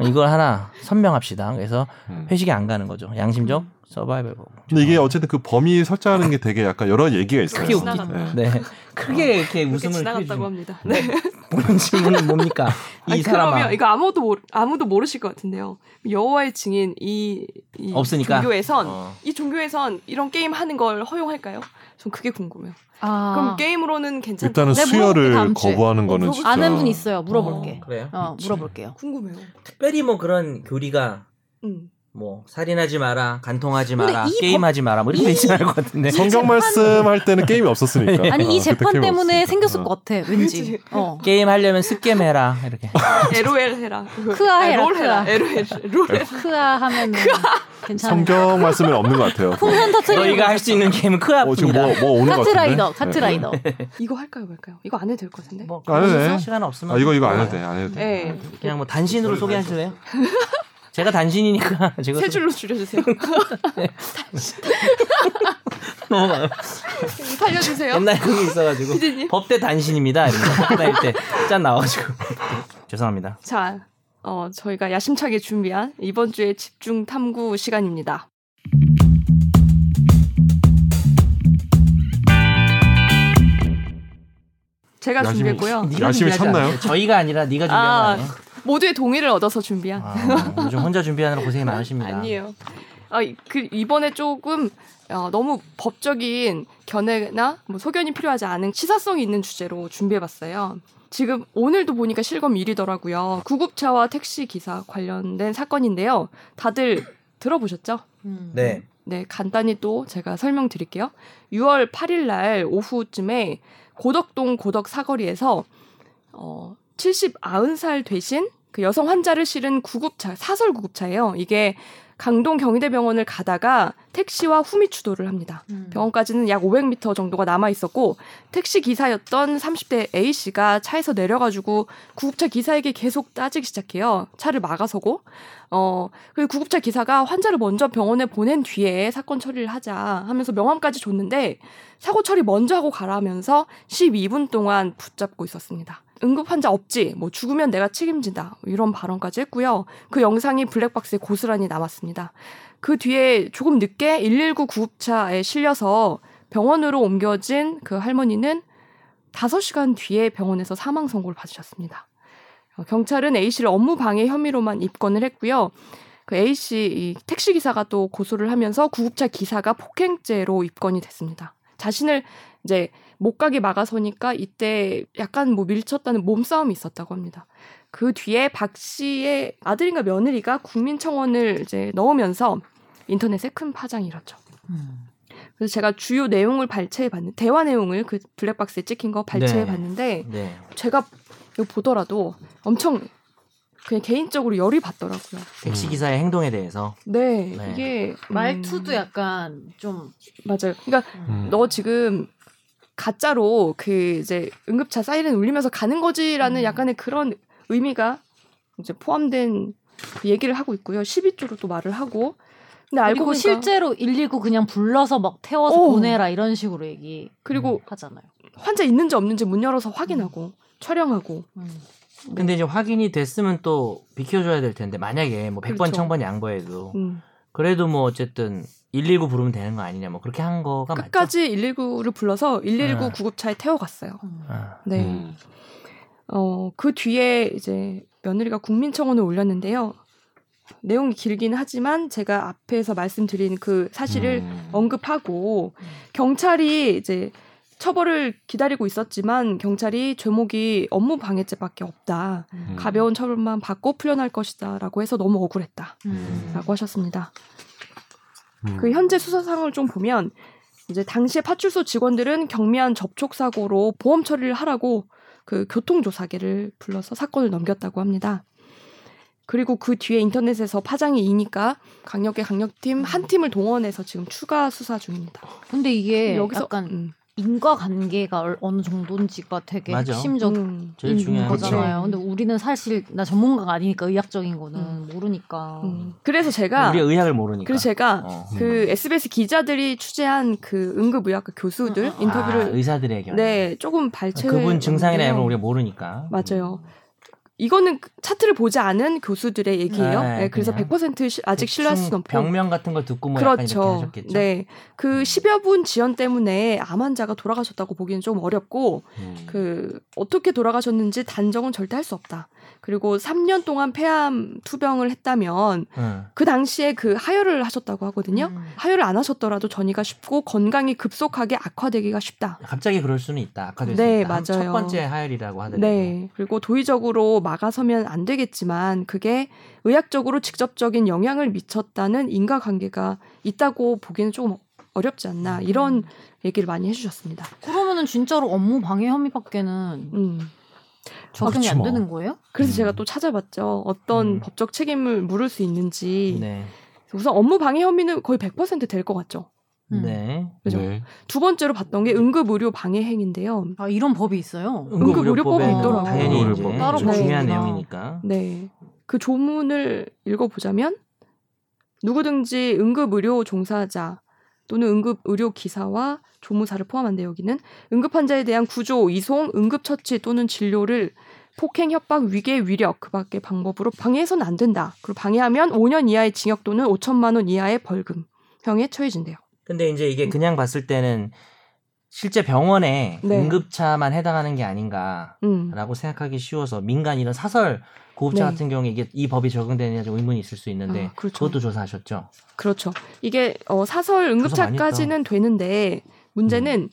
B: 이걸 하나 선명합시다. 그래서
C: 음.
B: 회식이 안 가는 거죠. 양심적
A: 음.
B: 서바이벌 거부.
C: 근데 이게 어쨌든 그 범위 설정하는 게 되게 약간 여러 얘기가 있어요.
B: 크게 웃기.
A: 지나간다.
B: 네.
C: 어.
B: 크게 이렇게
A: 그렇게
B: 웃음을
A: 지나갔다고
B: 크게
A: 합니다. 네.
B: 보는 질문은 뭡니까? 이
A: 아니,
B: 뭐, 사람아.
A: 그러면 이거 아무도 모르, 아무도 모르실 것 같은데요. 여호와의 증인 이, 이
B: 없으니까.
A: 종교에선
B: 어.
A: 이 종교에선 이런 게임 하는 걸 허용할까요? 전 그게 궁금해요.
D: 아.
A: 그럼 게임으로는 괜찮?
C: 일단은
D: 내가 물어볼게,
C: 수혈을
D: 네, 뭐, 그 다음 주에.
C: 거부하는 거는
D: 어,
C: 진짜
D: 아는 분 있어요. 물어볼게.
B: 그래요.
D: 어, 물어볼게요.
A: 궁금해요.
B: 특별히 뭐 그런 교리가
A: 음.
B: 뭐 살인하지 마라, 간통하지
D: 근데
B: 마라,
D: 이 법-
B: 게임하지 마라 뭐 이렇게 되지 않을 것 같은데.
C: 네, 성경 말씀할 때는 게임이 없었으니까.
D: 아니
C: 어, 그때
D: 이 재판
C: 게임이
D: 때문에
C: 없었으니까.
D: 생겼을
C: 어.
D: 것 같아. 왠지.
A: 그치.
D: 어.
B: 게임 하려면 습겜 해라 이렇게.
A: LOL 해라.
D: 크아
A: 아니,
D: 해라,
A: 롤 해라.
D: 크아.
A: LOL 롤 해라.
D: 크아 하면 괜찮아.
C: 성경 말씀은 없는 것 같아요.
D: 풍선 터트리는
B: 너희가 할 수 있는 게임은 크아프
C: 어,
B: 니
C: 지금
B: 다
C: 뭐, 뭐 오는 것 같은데. 네.
D: 카트라이더, 카트라이더.
A: 이거 할까요, 말까요? 이거 안 해도 될 것 같은데.
B: 뭐
C: 안 해도 돼.
B: 시간
C: 네.
B: 없으면
C: 아, 이거 이거 안 해도 돼. 안 해도 돼.
A: 네.
B: 그냥 뭐 단신으로 소개하실래요? 제가 단신이니까 제가
A: 세 줄로 줄여주세요.
B: 네. 넘어가요.
A: 살려주세요.
B: 옛날 그게 있어가지고
A: 피디님.
B: 법대 단신입니다. 이러면서 법대 때짠 나와가지고 죄송합니다.
A: 자, 어, 저희가 야심차게 준비한 이번 주의 집중 탐구 시간입니다. 제가
C: 야심이-
A: 준비했고요.
B: 네가
C: 열심히
B: 준비하지 않아요.
C: 쳤나요?
B: 저희가 아니라 네가 준비한
A: 아.
B: 거 아니에요?
A: 모두의 동의를 얻어서 준비한
B: 아, 요즘 혼자 준비하느라 고생이 많으십니다.
A: 아니에요. 아, 이- 그 이번에 조금 어, 너무 법적인 견해나 뭐 소견이 필요하지 않은 시사성이 있는 주제로 준비해봤어요. 지금 오늘도 보니까 실검 1위더라고요. 구급차와 택시 기사 관련된 사건인데요. 다들 들어보셨죠?
D: 음.
B: 네.
A: 네, 간단히 또 제가 설명드릴게요. 6월 8일 날 오후쯤에 고덕동 고덕 사거리에서 어, 70, 90살 되신 그 여성 환자를 실은 구급차, 사설 구급차예요. 이게 강동 경희대병원을 가다가 택시와 후미추돌을 합니다.
D: 음.
A: 병원까지는 약 500m 정도가 남아 있었고 택시 기사였던 30대 A 씨가 차에서 내려가지고 구급차 기사에게 계속 따지기 시작해요. 차를 막아서고 어 그리고 구급차 기사가 환자를 먼저 병원에 보낸 뒤에 사건 처리를 하자 하면서 명함까지 줬는데 사고 처리 먼저 하고 가라면서 12분 동안 붙잡고 있었습니다. 응급 환자 없지, 뭐 죽으면 내가 책임진다 뭐 이런 발언까지 했고요. 그 영상이 블랙박스에 고스란히 남았습니다. 그 뒤에 조금 늦게 119 구급차에 실려서 병원으로 옮겨진 그 할머니는 5시간 뒤에 병원에서 사망 선고를 받으셨습니다. 어, 경찰은 A 씨를 업무 방해 혐의로만 입건을 했고요. 그 A 씨이 택시 기사가 또 고소를 하면서 구급차 기사가 폭행죄로 입건이 됐습니다. 자신을 이제 못 가게 막아서니까 이때 약간 뭐 밀쳤다는 몸싸움이 있었다고 합니다. 그 뒤에 박 씨의 아들인가 며느리가 국민청원을 이제 넣으면서 인터넷에 큰 파장이 일었죠.
D: 음.
A: 그래서 제가 주요 내용을 발췌해 봤는데 대화 내용을 그 블랙박스에 찍힌 거 발췌해 봤는데
B: 네.
A: 제가 이거 보더라도 엄청 그냥 개인적으로 열이 받더라고요.
B: 택시 기사의 행동에 대해서
A: 네,
B: 네.
A: 이게 음,
D: 말투도 약간 좀
A: 맞아요. 그러니까
C: 음.
A: 너 지금 가짜로 그 이제 응급차 사이렌 울리면서 가는 거지라는
D: 음.
A: 약간의 그런 의미가 이제 포함된 그 얘기를 하고 있고요. 12조로 또 말을 하고 근데 알고
D: 그리고
A: 보니까
D: 실제로 119 그냥 불러서 막 태워서
A: 오.
D: 보내라 이런 식으로 얘기하잖아요.
A: 그리고 환자 있는지 없는지 문 열어서 확인하고 촬영하고
D: 음.
A: 네.
B: 근데 이제 확인이 됐으면 또 비켜줘야 될 텐데 만약에 뭐 100번
A: 그렇죠.
B: 1000번 양보해도
A: 음.
B: 그래도 뭐 어쨌든 119 부르면 되는 거 아니냐 뭐 그렇게 한 거가 맞죠?
A: 끝까지 119를 불러서 119
B: 네.
A: 구급차에 태워갔어요.
D: 음.
B: 아,
A: 네.
C: 음.
A: 어, 그 뒤에 이제 며느리가 국민청원을 올렸는데요. 내용이 길긴 하지만 제가 앞에서 말씀드린 그 사실을
C: 음.
A: 언급하고
D: 음.
A: 경찰이 이제 처벌을 기다리고 있었지만 경찰이 죄목이 업무 방해죄밖에 없다.
D: 음.
A: 가벼운 처벌만 받고 풀려날 것이다라고 해서 너무 억울했다라고
D: 음.
A: 하셨습니다.
C: 음.
A: 그 현재 수사 상황을 좀 보면 이제 당시에 파출소 직원들은 경미한 접촉 사고로 보험 처리를 하라고 그 교통조사계를 불러서 사건을 넘겼다고 합니다. 그리고 그 뒤에 인터넷에서 파장이 이니까 강력계 강력팀 한 팀을 동원해서 지금 추가 수사 중입니다.
D: 근데 이게
A: 여기서
D: 네, 약간
A: 음,
D: 인과관계가 얼- 어느 정도인지가 되게
B: 맞아.
D: 핵심적인
A: 음,
B: 제일 중요한
D: 거잖아요.
A: 거죠.
D: 근데 우리는 사실 나 전문가가 아니니까 의학적인 거는
A: 음.
D: 모르니까.
A: 음. 그래서 제가
B: 우리 의학을 모르니까.
A: 그래서 제가
B: 어.
C: 음.
A: 그 SBS 기자들이 취재한 그 응급의학과 교수들
D: 음, 음, 음.
B: 아,
A: 인터뷰를
B: 의사들의 견해. 아,
A: 네 조금 발췌
B: 그분 증상이나 이런 걸 우리가 모르니까.
A: 맞아요. 이거는 그 차트를 보지 않은 교수들의 얘기예요.
B: 네,
A: 네, 그래서
B: 그냥.
A: 100% 시- 아직 신뢰할 수는 없고.
B: 병명 같은 걸 듣고 뭐 약간 이렇게
A: 그렇죠.
B: 하셨겠죠.
A: 네. 그
B: 음.
A: 10여 분 지연 때문에 암 환자가 돌아가셨다고 보기는 좀 어렵고
C: 음.
A: 그 어떻게 돌아가셨는지 단정은 절대 할 수 없다. 그리고 3년 동안 폐암 투병을 했다면
B: 응.
A: 그 당시에 그 하혈을 하셨다고 하거든요.
D: 음.
A: 하혈을 안 하셨더라도 전이가 쉽고 건강이 급속하게 악화되기가 쉽다.
B: 갑자기 그럴 수는 있다. 악화될
A: 네,
B: 수 있다. 첫
A: 맞아요.
B: 번째 하혈이라고 하더라고.
A: 네. 그리고 도의적으로 막아서면 안 되겠지만 그게 의학적으로 직접적인 영향을 미쳤다는 인과관계가 있다고 보기는 조금 어렵지
B: 음.
A: 않나 이런 얘기를 많이 해주셨습니다.
D: 그러면은 진짜로 업무 방해 혐의밖에는
A: 음.
D: 적용이
B: 그렇지
D: 안
B: 뭐.
D: 되는 거예요?
A: 그래서
B: 음.
A: 제가 또 찾아봤죠. 어떤
B: 음.
A: 법적 책임을 물을 수 있는지.
B: 네.
A: 우선 업무 방해 혐의는 거의 100%될 것 같죠.
D: 음.
B: 네.
A: 그죠?
C: 네.
A: 두 번째로 봤던
B: 음.
A: 게 응급의료 방해 행위인데요.
D: 아 이런 법이 있어요.
A: 응급의료법에
B: 응급의료법에
D: 있더라고요.
B: 당연히 이제
C: 의료법.
D: 따로
B: 좀 중요한
D: 보는구나.
B: 내용이니까.
A: 네. 그 조문을 읽어보자면 누구든지 응급의료 종사자 또는 응급의료 기사와 조무사를 포함한데 여기는 응급 환자에 대한 구조, 이송, 응급 처치 또는 진료를 폭행, 협박, 위계, 위력 그밖에 방법으로 방해해서는 안 된다. 그리고 방해하면 5년 이하의 징역 또는 5천만 원 이하의 벌금 형에 처해진대요.
B: 근데 이제 이게 그냥 봤을 때는 실제 병원에
A: 네.
B: 응급차만 해당하는 게 아닌가.
A: 음.
B: 라고 생각하기 쉬워서 민간 이런 사설 고급차
A: 네.
B: 같은 경우에 이게 이 법이 적용되느냐 좀 의문이 있을 수 있는데
A: 아, 그렇죠.
B: 그것도 조사하셨죠.
A: 그렇죠. 이게 어, 사설
B: 조사 많이 음.
A: 응급차까지는 되는데 문제는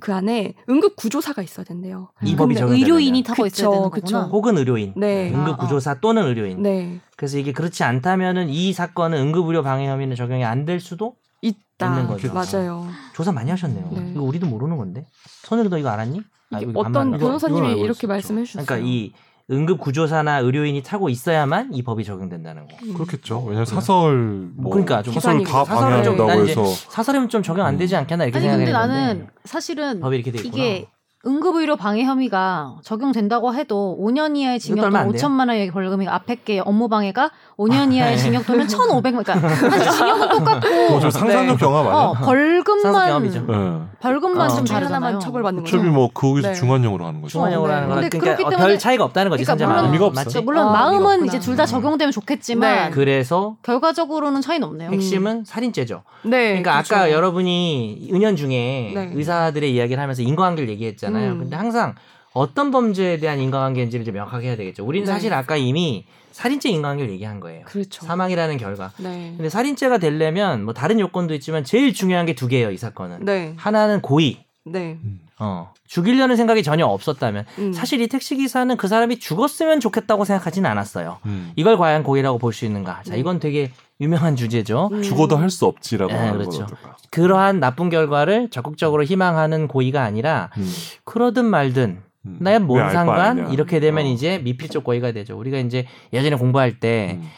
A: 그 안에 응급 구조사가 있어야 된대요.
B: 이
D: 음.
B: 법이
A: 네. 근데
B: 적용되느냐.
D: 의료인이 타고 있어야
A: 그쵸,
D: 되는
A: 그쵸.
D: 거구나.
B: 혹은 의료인,
A: 네.
D: 아,
B: 응급 구조사 또는 의료인.
A: 네.
B: 그래서 이게 그렇지 않다면은 이 사건은 응급 의료 방해 혐의는 적용이 안 될 수도
A: 있다.
B: 있는 거죠.
A: 맞아요.
B: 조사 많이 하셨네요.
A: 네.
B: 이거 우리도 모르는 건데. 선우도 너 이거 알았니? 아,
A: 이게
B: 이거
A: 어떤
B: 반말로.
C: 이건
A: 변호사님이
C: 알고
A: 이렇게
C: 있었죠.
A: 말씀해 주셨어요.
B: 그러니까 이 응급 구조사나 의료인이 타고 있어야만 이 법이 적용된다는 거.
A: 음.
C: 그렇겠죠. 왜냐면
D: 네.
C: 사설 뭐
B: 그러니까 좀
C: 사설
A: 기사니까.
C: 다
B: 사설은
C: 방해한다고
B: 좀- 난 이제
C: 해서
B: 사설이면 좀 적용 안 되지 않겠나 이렇게
D: 아니
B: 생각했는데
D: 근데 나는 사실은
B: 법이 이렇게 돼 있구나.
D: 이게 응급의료 방해 혐의가 적용된다고 해도 5년 이하의 징역
B: 이것도 얼마
D: 또는
B: 안 돼요. 아, 네.
D: 5천만 원의 벌금이 앞에 게 업무 방해가 5년 이하의 징역 또는 1,500만 그러니까 사실 징역은 똑같고
C: 어, 좀 상상력 병합
D: 네. 어,
C: 아니야?
B: 상속
D: 벌금만
B: 뭐, 경험이죠.
C: 네.
D: 벌금만
B: 어.
D: 좀
A: 둘 중에
D: 다르잖아요.
A: 하나만 처벌받는
B: 그
A: 거죠.
C: 어차피 뭐 거기서
A: 네.
C: 중환형으로 하는 거죠.
B: 중환형으로
A: 네.
B: 하는 거라
D: 근데
B: 그러니까
D: 그렇기
B: 어,
D: 때문에-
B: 별 차이가 없다는 거지.
D: 그러니까
B: 선재만.
D: 물론
C: 의미가 없어요.
B: 맞지?
D: 물론
A: 아,
D: 마음은
A: 의미가
D: 이제
A: 없구나.
D: 둘 다 적용되면 좋겠지만
A: 네.
B: 그래서
D: 결과적으로는 차이는 없네요.
A: 음.
B: 핵심은 살인죄죠.
A: 네.
B: 그러니까
A: 그렇죠.
B: 아까 여러분이 은연 중에
A: 네.
B: 의사들의 이야기를 하면서 인과관계를 얘기했잖아요.
A: 음.
B: 근데 항상 어떤 범죄에 대한 인과관계인지를 이제 명확하게 해야 되겠죠. 우리는
A: 네.
B: 사실 아까 이미 살인죄 인과관계를 얘기한 거예요.
A: 그렇죠.
B: 사망이라는 결과.
A: 네.
B: 근데 살인죄가 되려면 뭐 다른 요건도 있지만 제일 중요한 게 두 개예요, 이 사건은.
A: 네.
B: 하나는 고의.
A: 네.
B: 어. 죽이려는 생각이 전혀 없었다면
A: 음.
B: 사실 이 택시 기사는 그 사람이 죽었으면 좋겠다고 생각하진 않았어요.
C: 음.
B: 이걸 과연 고의라고 볼 수 있는가? 자,
A: 네.
B: 이건 되게 유명한 주제죠.
A: 음.
C: 죽어도 할 수 없지라고
B: 예,
C: 하는
B: 그렇죠.
C: 건 어떨까?
B: 그러한 나쁜 결과를 적극적으로 희망하는 고의가 아니라
C: 음.
B: 그러든 말든
C: 음.
B: 나야
C: 왜
B: 뭔
C: 알바
B: 상관
C: 아니냐.
B: 이렇게 되면
C: 어.
B: 이제 미필적 고의가 되죠. 우리가 이제 예전에 공부할 때
C: 음.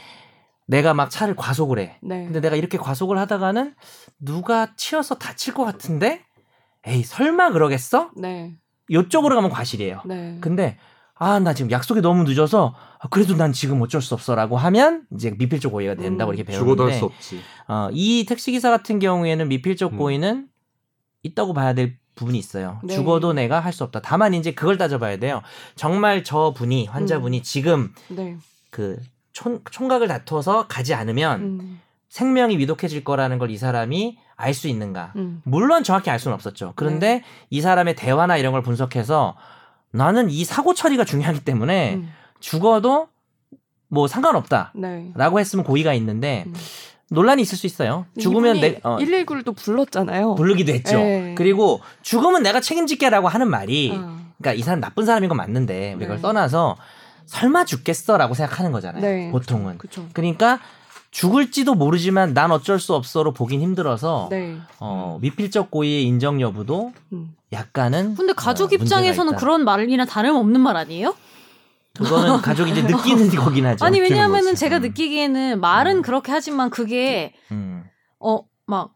B: 내가 막 차를 과속을 해.
A: 네.
B: 근데 내가 이렇게 과속을 하다가는 누가 치여서 다칠 것 같은데 에이 설마 그러겠어?
A: 네.
B: 요쪽으로 가면 과실이에요.
A: 네.
B: 근데 아 나 지금 약속이 너무 늦어서 아, 그래도 난 지금 어쩔 수 없어라고 하면 이제 미필적 고의가 된다고
A: 음.
B: 이렇게 배우는데
C: 죽어도 할 수 없지.
B: 어, 이 택시 기사 같은 경우에는 미필적
C: 음.
B: 고의는 있다고 봐야 될 부분이 있어요.
A: 네.
B: 죽어도 내가 할 수 없다. 다만 이제 그걸 따져봐야 돼요. 정말 저 분이
A: 음.
B: 환자분이 지금
A: 네.
B: 그 촌, 총각을 다투어서 가지 않으면
A: 음.
B: 생명이 위독해질 거라는 걸 이 사람이 알 수 있는가?
A: 음.
B: 물론 정확히 알 수는 없었죠.
A: 네.
B: 그런데 이 사람의 대화나 이런 걸 분석해서 나는 이 사고 처리가 중요하기 때문에
A: 음.
B: 죽어도 뭐 상관없다.
A: 네.
B: 라고 했으면 고의가 있는데
A: 음.
B: 논란이 있을 수 있어요. 죽으면 내 어,
A: 119를 또 불렀잖아요.
B: 부르기도 했죠.
D: 예.
A: 네.
B: 그리고 죽으면 내가 책임질게라고 하는 말이
D: 어.
A: 아.
B: 그러니까 이 사람 나쁜 사람인 건 맞는데 우리
D: 음.
B: 그걸
A: 네.
B: 떠나서 설마 죽겠어라고 생각하는 거잖아요.
A: 네.
B: 보통은.
A: 그렇죠.
B: 그러니까 죽을지도 모르지만 난 어쩔 수 없어로 보긴 힘들어서
A: 네.
B: 어, 미필적 고의의 인정 여부도
A: 음.
B: 약간은
D: 근데
B: 어,
D: 가족
B: 문제가
D: 입장에서는
B: 있다.
D: 그런 말이나 다름없는 말 아니에요?
B: 그거는 가족이 이제 느끼는 거긴 하죠.
D: 아니
C: 웃기는
D: 왜냐하면은
C: 거지.
D: 제가
B: 음.
D: 느끼기에는 말은
B: 음.
D: 그렇게 하지만 그게
B: 음.
D: 어 막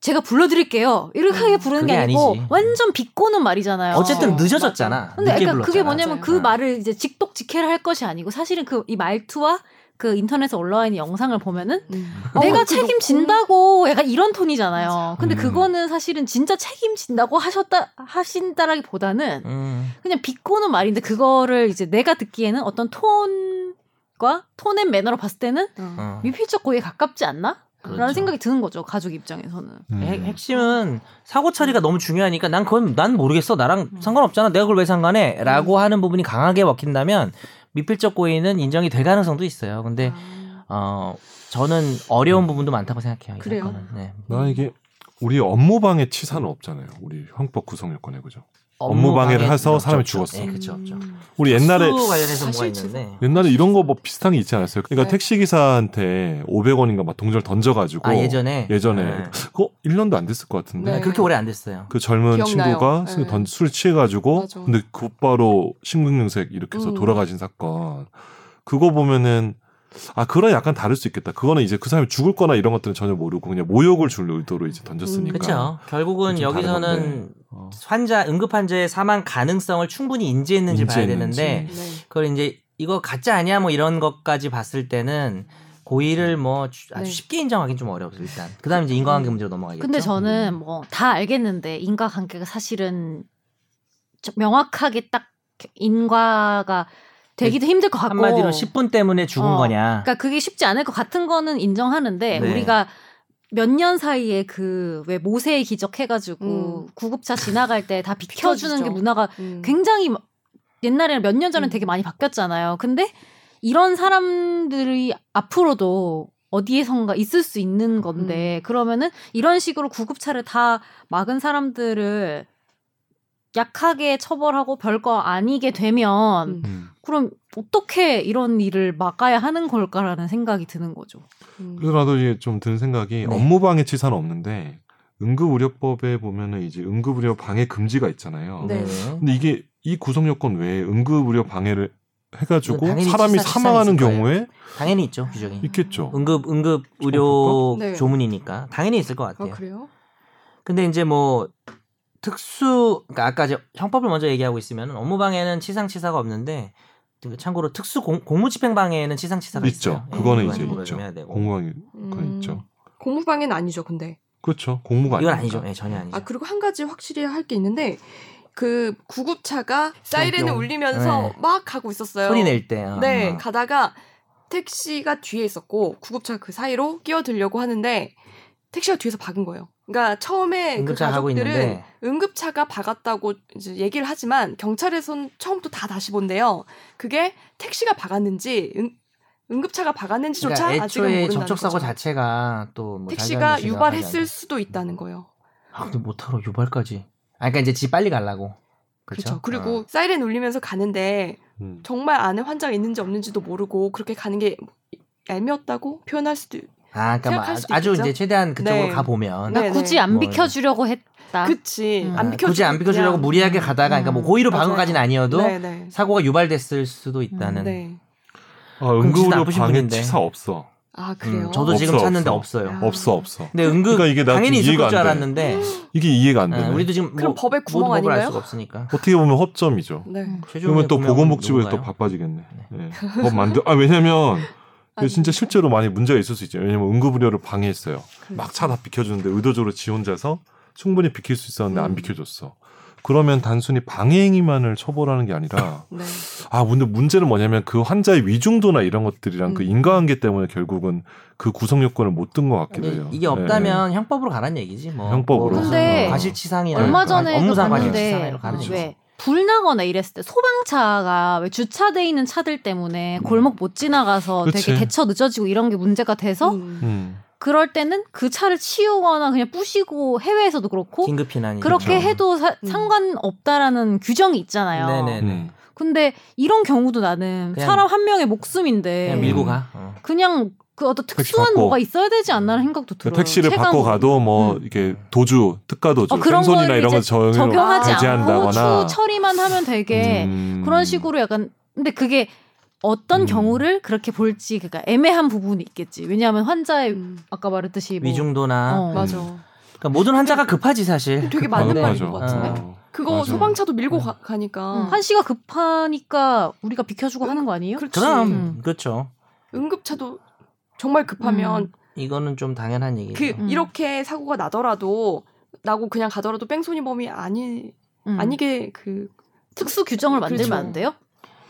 D: 제가 불러드릴게요 이렇게
A: 음,
D: 부르는 게
B: 그게
D: 아니고
B: 아니지.
D: 완전 비꼬는 말이잖아요.
B: 어쨌든
A: 어,
B: 늦어졌잖아.
D: 근데
B: 늦게
D: 약간 그게
B: 불렀잖아.
D: 뭐냐면 그
B: 맞아요.
D: 말을 이제 직독직해를 할 것이 아니고 사실은 그 이 말투와 그 인터넷에 올라와 있는 영상을 보면은
A: 음.
D: 내가
A: 어, 그
D: 책임진다고 약간 이런 톤이잖아요. 근데
B: 음.
D: 그거는 사실은 진짜 책임진다고 하셨다 하신다라기보다는
B: 음.
D: 그냥 비꼬는 말인데 그거를 이제 내가 듣기에는 어떤 톤과 톤앤 매너로 봤을 때는
A: 녹음. 어.
B: 어.
D: 미필적 고의에 가깝지 않나?
B: 그렇죠.
D: 라는 생각이 드는 거죠 가족 입장에서는.
C: 음.
B: 핵, 핵심은 사고 처리가 너무 중요하니까 난 그건 난 모르겠어 나랑
A: 음.
B: 상관없잖아 내가 그걸 왜 상관해라고 하는 부분이 강하게 먹힌다면 미필적 고의는 인정이 될 가능성도 있어요. 근데
A: 아.
B: 어 저는 어려운
C: 음.
B: 부분도 많다고 생각해요. 이
A: 그래요?
B: 사건은. 네.
C: 나 이게 우리 업무방해 치사는 없잖아요. 우리 형법 구성요건에 그죠. 업무 방해를
B: 방해는
C: 해서
B: 없죠,
C: 사람이
B: 없죠.
C: 죽었어.
B: 네, 그렇죠, 없죠.
A: 음.
C: 우리 옛날에
B: 수 관련해서 뭐가
A: 사실
B: 있는데
C: 옛날에 이런 거 뭐 비슷한 게 있지 않았어요? 그러니까
A: 네.
C: 택시 기사한테 500원인가 막 동전 던져가지고
B: 아 예전에
C: 어, 예전에
B: 네.
C: 그거 1년도 안 됐을 것 같은데
A: 네.
B: 그렇게 오래 안 됐어요.
C: 그 젊은
A: 기억나요.
C: 친구가
A: 네.
C: 술- 던- 술 취해가지고
A: 맞아.
C: 근데 곧바로 심근경색 이렇게 해서
A: 음.
C: 돌아가신 사건 그거 보면은 아 그런 약간 다를 수 있겠다 그거는 이제 그 사람이 죽을 거나 이런 것들은 전혀 모르고 그냥 모욕을 줄 의도로
A: 음,
C: 이제 던졌으니까
B: 그렇죠. 결국은
C: 좀 그러니까. 다른
B: 여기서는
C: 어.
B: 환자 응급 환자의 사망 가능성을 충분히 인지했는지 봐야
C: 인지했는지.
B: 되는데
A: 네.
B: 그걸 이제 이거 가짜 아니야 뭐 이런 것까지 봤을 때는 고의를 뭐 주- 아주
A: 네.
B: 쉽게 인정하긴 좀 어렵죠 일단. 그다음 이제 인과관계 문제로 넘어가겠죠. 음.
D: 근데 저는 뭐 다 알겠는데 인과 관계가 사실은 좀 명확하게 딱 인과가 되기도 힘들 것 같고
B: 네. 한마디로 10분 때문에 죽은
D: 어,
B: 거냐.
D: 그러니까 그게 쉽지 않을 것 같은 거는 인정하는데
B: 네.
D: 우리가 몇 년 사이에 그 왜 모세의 기적 해가지고
A: 음.
D: 구급차 지나갈 때 다 비켜주는
A: 비켜주죠.
D: 게 문화가
A: 음.
D: 굉장히 마- 옛날에는 몇 년 전에
A: 음.
D: 되게 많이 바뀌었잖아요. 근데 이런 사람들이 앞으로도 어디에선가 있을 수 있는
A: 음.
D: 건데 그러면은 이런 식으로 구급차를 다 막은 사람들을 약하게 처벌하고 별거 아니게 되면
A: 음.
C: 음.
D: 그럼 어떻게 이런 일을 막아야 하는 걸까라는 생각이 드는 거죠.
A: 음.
C: 그래서 나도 이제 좀 드는 생각이
B: 네.
C: 업무방해 치사는 없는데 응급의료법에 보면은 이제 응급의료 방해 금지가 있잖아요
A: 네.
C: 근데 이게 이 구성 요건 외에 응급 의료 방해를 해가지고
B: 당연히
C: 사람이
B: 그 치사-
A: 음.
B: 치사했을
C: 사망하는
B: 음.
C: 경우에
B: 당연히 있죠 규정이.
C: 있겠죠.
B: 응급 응급 의료
A: 불법? 네.
B: 조문이니까 당연히 있을 것
A: 아
B: 같아요.
D: 어,
A: 그래요?
B: 근데 이제 뭐 특수 그러니까 아까 이제 형법을 먼저 얘기하고 있으면 업무방해는 치상치사가 없는데 그 참고로 특수 공, 무집행방해는 치상치사가
C: 있죠.
B: 있어요. 예,
C: 그거는
A: 이제
B: 그걸
C: 있죠.
B: 좀 해야 되고.
C: 공무원이 그건
A: 음.
C: 있죠.
A: 공무방해는 아니죠, 근데.
C: 그렇죠. 공무가
B: 이건
C: 아니니까.
B: 아니죠. 예, 전혀 아니죠.
A: 아 그리고 한 가지 확실히 할 게 있는데 그 구급차가 사이렌을
B: 뿅뿅.
A: 울리면서
B: 네.
A: 막 가고 있었어요.
B: 소리 낼 때. 아.
A: 네,
B: 아.
A: 가다가 택시가 뒤에 있었고 구급차 그 사이로 끼어들려고 하는데 택시가 뒤에서 박은 거예요. 그러니까 처음에 그
B: 응급차 하고
A: 가족들은
B: 있는데
A: 응급차가 박았다고 이제 얘기를 하지만 경찰에선 처음부터 다 다시 본대요. 그게 택시가 박았는지 응, 응급차가 박았는지조차
B: 그러니까
A: 아직은
B: 애초에
A: 모른다는
B: 접촉 사고
A: 거죠.
B: 자체가 또뭐
A: 택시가 유발했을 수도 있다는 거예요.
B: 아, 근데 못하러 유발까지. 아, 그러니까 이제 집 빨리 가려고. 어.
A: 그렇죠. 그리고
B: 아.
A: 사이렌 울리면서 가는데
B: 예.
C: 음.
A: 정말 안에 환자가 있는지 없는지도 모르고 그렇게 가는 게 애매했다고 표현할 수도
B: 아, 그러니까 막
A: 생각할
B: 아주
A: 수도
B: 아주
A: 있겠죠?
B: 이제 최대한 그쪽으로
A: 네.
B: 가 보면
A: 네,
D: 그러니까 굳이 안
B: 뭐,
D: 비켜주려고 했다.
A: 그치
D: 음.
A: 안
D: 아,
A: 비켜
B: 굳이 안 비켜주려고 무리하게 가다가 그러니까 뭐 고의로
A: 맞아요.
B: 방은 까지는 아니어도 음.
A: 네네
B: 사고가 유발됐을 수도 있다는.
A: 네.
C: 아,
B: 그럼 진짜
C: 응급으로
B: 나쁘신
C: 방에
B: 분인데.
C: 치사 없어.
A: 아
B: 음,
A: 그래요.
B: 저도 지금
C: 없어,
B: 찾는데
C: 없어.
B: 없어요.
A: 아.
C: 없어 없어.
B: 근데 응급
C: 그러니까 이게 나
B: 당연히 있을
C: 이해가
B: 줄
C: 안 돼.
B: 알았는데
C: 이게 이해가 안
B: 아,
C: 되네.
B: 우리도 지금
A: 음. 그럼
B: 뭐,
A: 법의
B: 모든
A: 구멍
B: 법을 알
A: 아닌가요?
B: 수가 없으니까.
C: 어떻게 보면 허점이죠.
A: 네.
D: 음.
C: 그러면 또
B: 보면
C: 보건복지부에 또
B: 누군가요?
C: 바빠지겠네. 예. 법 만들. 아 왜냐면 이게
A: 아니,
C: 진짜 실제로 많이 문제가 있을 수 있죠. 왜냐면 응급의료를 방해했어요.
A: 그렇죠.
C: 막 차 다 비켜주는데 의도적으로 지 혼자서 충분히 비킬 수 있었는데 안
A: 음.
C: 비켜줬어. 그러면 단순히 방해행위만을 처벌하는 게 아니라
A: 네.
C: 아 근데 문제는 뭐냐면 그 환자의 위중도나 이런 것들이랑 그
A: 음.
C: 인과관계 때문에 결국은 그 구성 요건을 못 든 것 같기도 해요.
B: 네, 이게, 이게
C: 예.
B: 없다면 형법으로 가란 얘기지 뭐.
C: 형법으로.
B: 뭐 무슨
D: 근데
B: 뭐 과실치상이나
D: 얼마
B: 뭐
D: 전에
B: 업무상
D: 봤는데 어, 네.
B: 과실치상으로 가르쳐.
D: 왜 불나거나 이랬을 때 소방차가 왜 주차돼 있는 차들
B: 음.
D: 때문에 골목 못 지나가서
C: 그치.
D: 되게 대처 늦어지고 이런 게 문제가 돼서
A: 음.
C: 음.
D: 그럴 때는 그 차를 치우거나 그냥 부시고 해외에서도 그렇고
B: 긴급 피난이.
D: 뭐 그렇게
C: 그렇죠.
D: 해도 사-
A: 음.
D: 상관없다라는 규정이 있잖아요.
B: 네네.
C: 음.
D: 근데 이런 경우도 나는
B: 그냥-
D: 사람 한 명의 목숨인데
B: 그냥 밀고 가. 어.
D: 그냥 그 어떤
C: 음.
D: 특수한
C: 받고. 그
D: 뭐가 있어야 되지
B: 음.
D: 않나라는 생각도 들어요.
C: 택시를
D: 체감-
C: 받고 가도 뭐
D: 음.
C: 이렇게 도주, 특가 도주,
D: 어, 그런
C: 횡손이나
D: 걸
C: 이런 걸
D: 이제
C: 적용으로
D: 적용하지 않고
C: 배제한다거나.
D: 추 처리만 하면 되게
C: 음.
D: 그런 식으로 약간 근데 그게 어떤
C: 음.
D: 경우를 그렇게 볼지 그니까 애매한 부분이 있겠지. 왜냐하면 환자의
A: 음.
D: 아까 말했듯이 뭐
B: 위중도나.
D: 어.
A: 맞아.
B: 그러니까 모든 환자가 급하지 사실.
A: 되게
C: 맞아,
A: 맞는
B: 급한데.
A: 말인
C: 맞아.
A: 것 같은데.
B: 어.
A: 그거
C: 맞아.
A: 소방차도 밀고 가, 가니까.
D: 음, 환 씨가 급하니까 우리가 비켜주고 하는 거 아니에요?
A: 어, 그렇지.
B: 그럼
D: 음.
B: 그렇죠.
A: 응급차도 정말 급하면
B: 이거는 좀 당연한 얘기죠.
A: 그
D: 음.
A: 이렇게 사고가 나더라도 나고 그냥 가더라도 뺑소니범이 아니
D: 음.
A: 아니게 그
D: 특수 규정을 만들면
A: 그렇죠.
D: 안 돼요?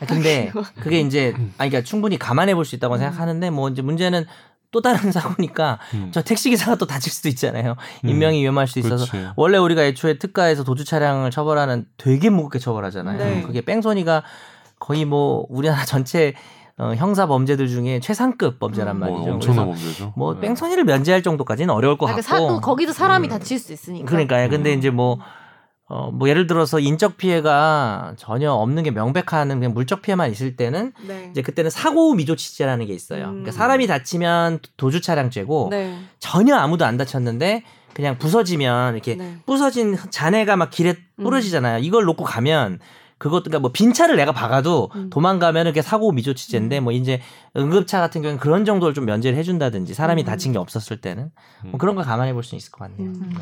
B: 아, 근데 그게 이제
C: 음.
B: 아 그러니까 충분히 감안해 볼 수 있다고
D: 음.
B: 생각하는데 뭐 이제 문제는 또 다른 사고니까
C: 음.
B: 저 택시 기사가 또 다칠 수도 있잖아요.
C: 음.
B: 인명이 위험할 수 있어서
C: 그렇지.
B: 원래 우리가 애초에 특가에서 도주 차량을 처벌하는 되게 무겁게 처벌하잖아요.
A: 네.
B: 그게 뺑소니가 거의 뭐 우리나라 전체 어, 형사 범죄들 중에 최상급 범죄란
D: 음.
C: 뭐
B: 말이죠.
C: 엄청난
B: 그래서
C: 범죄죠.
B: 뭐
C: 네.
B: 뺑소니를 면제할 정도까지는 어려울 것
D: 아, 그
B: 같고.
D: 사- 또 거기도 사람이
B: 음.
D: 다칠 수 있으니까.
B: 그러니까요. 근데
C: 음.
B: 이제 뭐, 어, 뭐 예를 들어서 인적 피해가 전혀 없는 게 명백한 그냥 물적 피해만 있을 때는
A: 네.
B: 이제 그때는 사고 미조치죄라는 게 있어요.
A: 음.
B: 그러니까 사람이 다치면 도주 차량죄고
A: 네.
B: 전혀 아무도 안 다쳤는데 그냥 부서지면 이렇게
A: 네.
B: 부서진 잔해가 막 길에
A: 음.
B: 뿌려지잖아요. 이걸 놓고 가면 그것 그러니까 뭐 빈 차를 내가 박아도
A: 음.
B: 도망가면 이게 사고 미조치죄인데 뭐 이제 응급차 같은 경우는 그런 정도를 좀 면제를 해준다든지 사람이
A: 음.
B: 다친 게 없었을 때는
C: 음.
B: 뭐 그런 걸 감안해 볼 수 있을 것 같네요.
A: 음.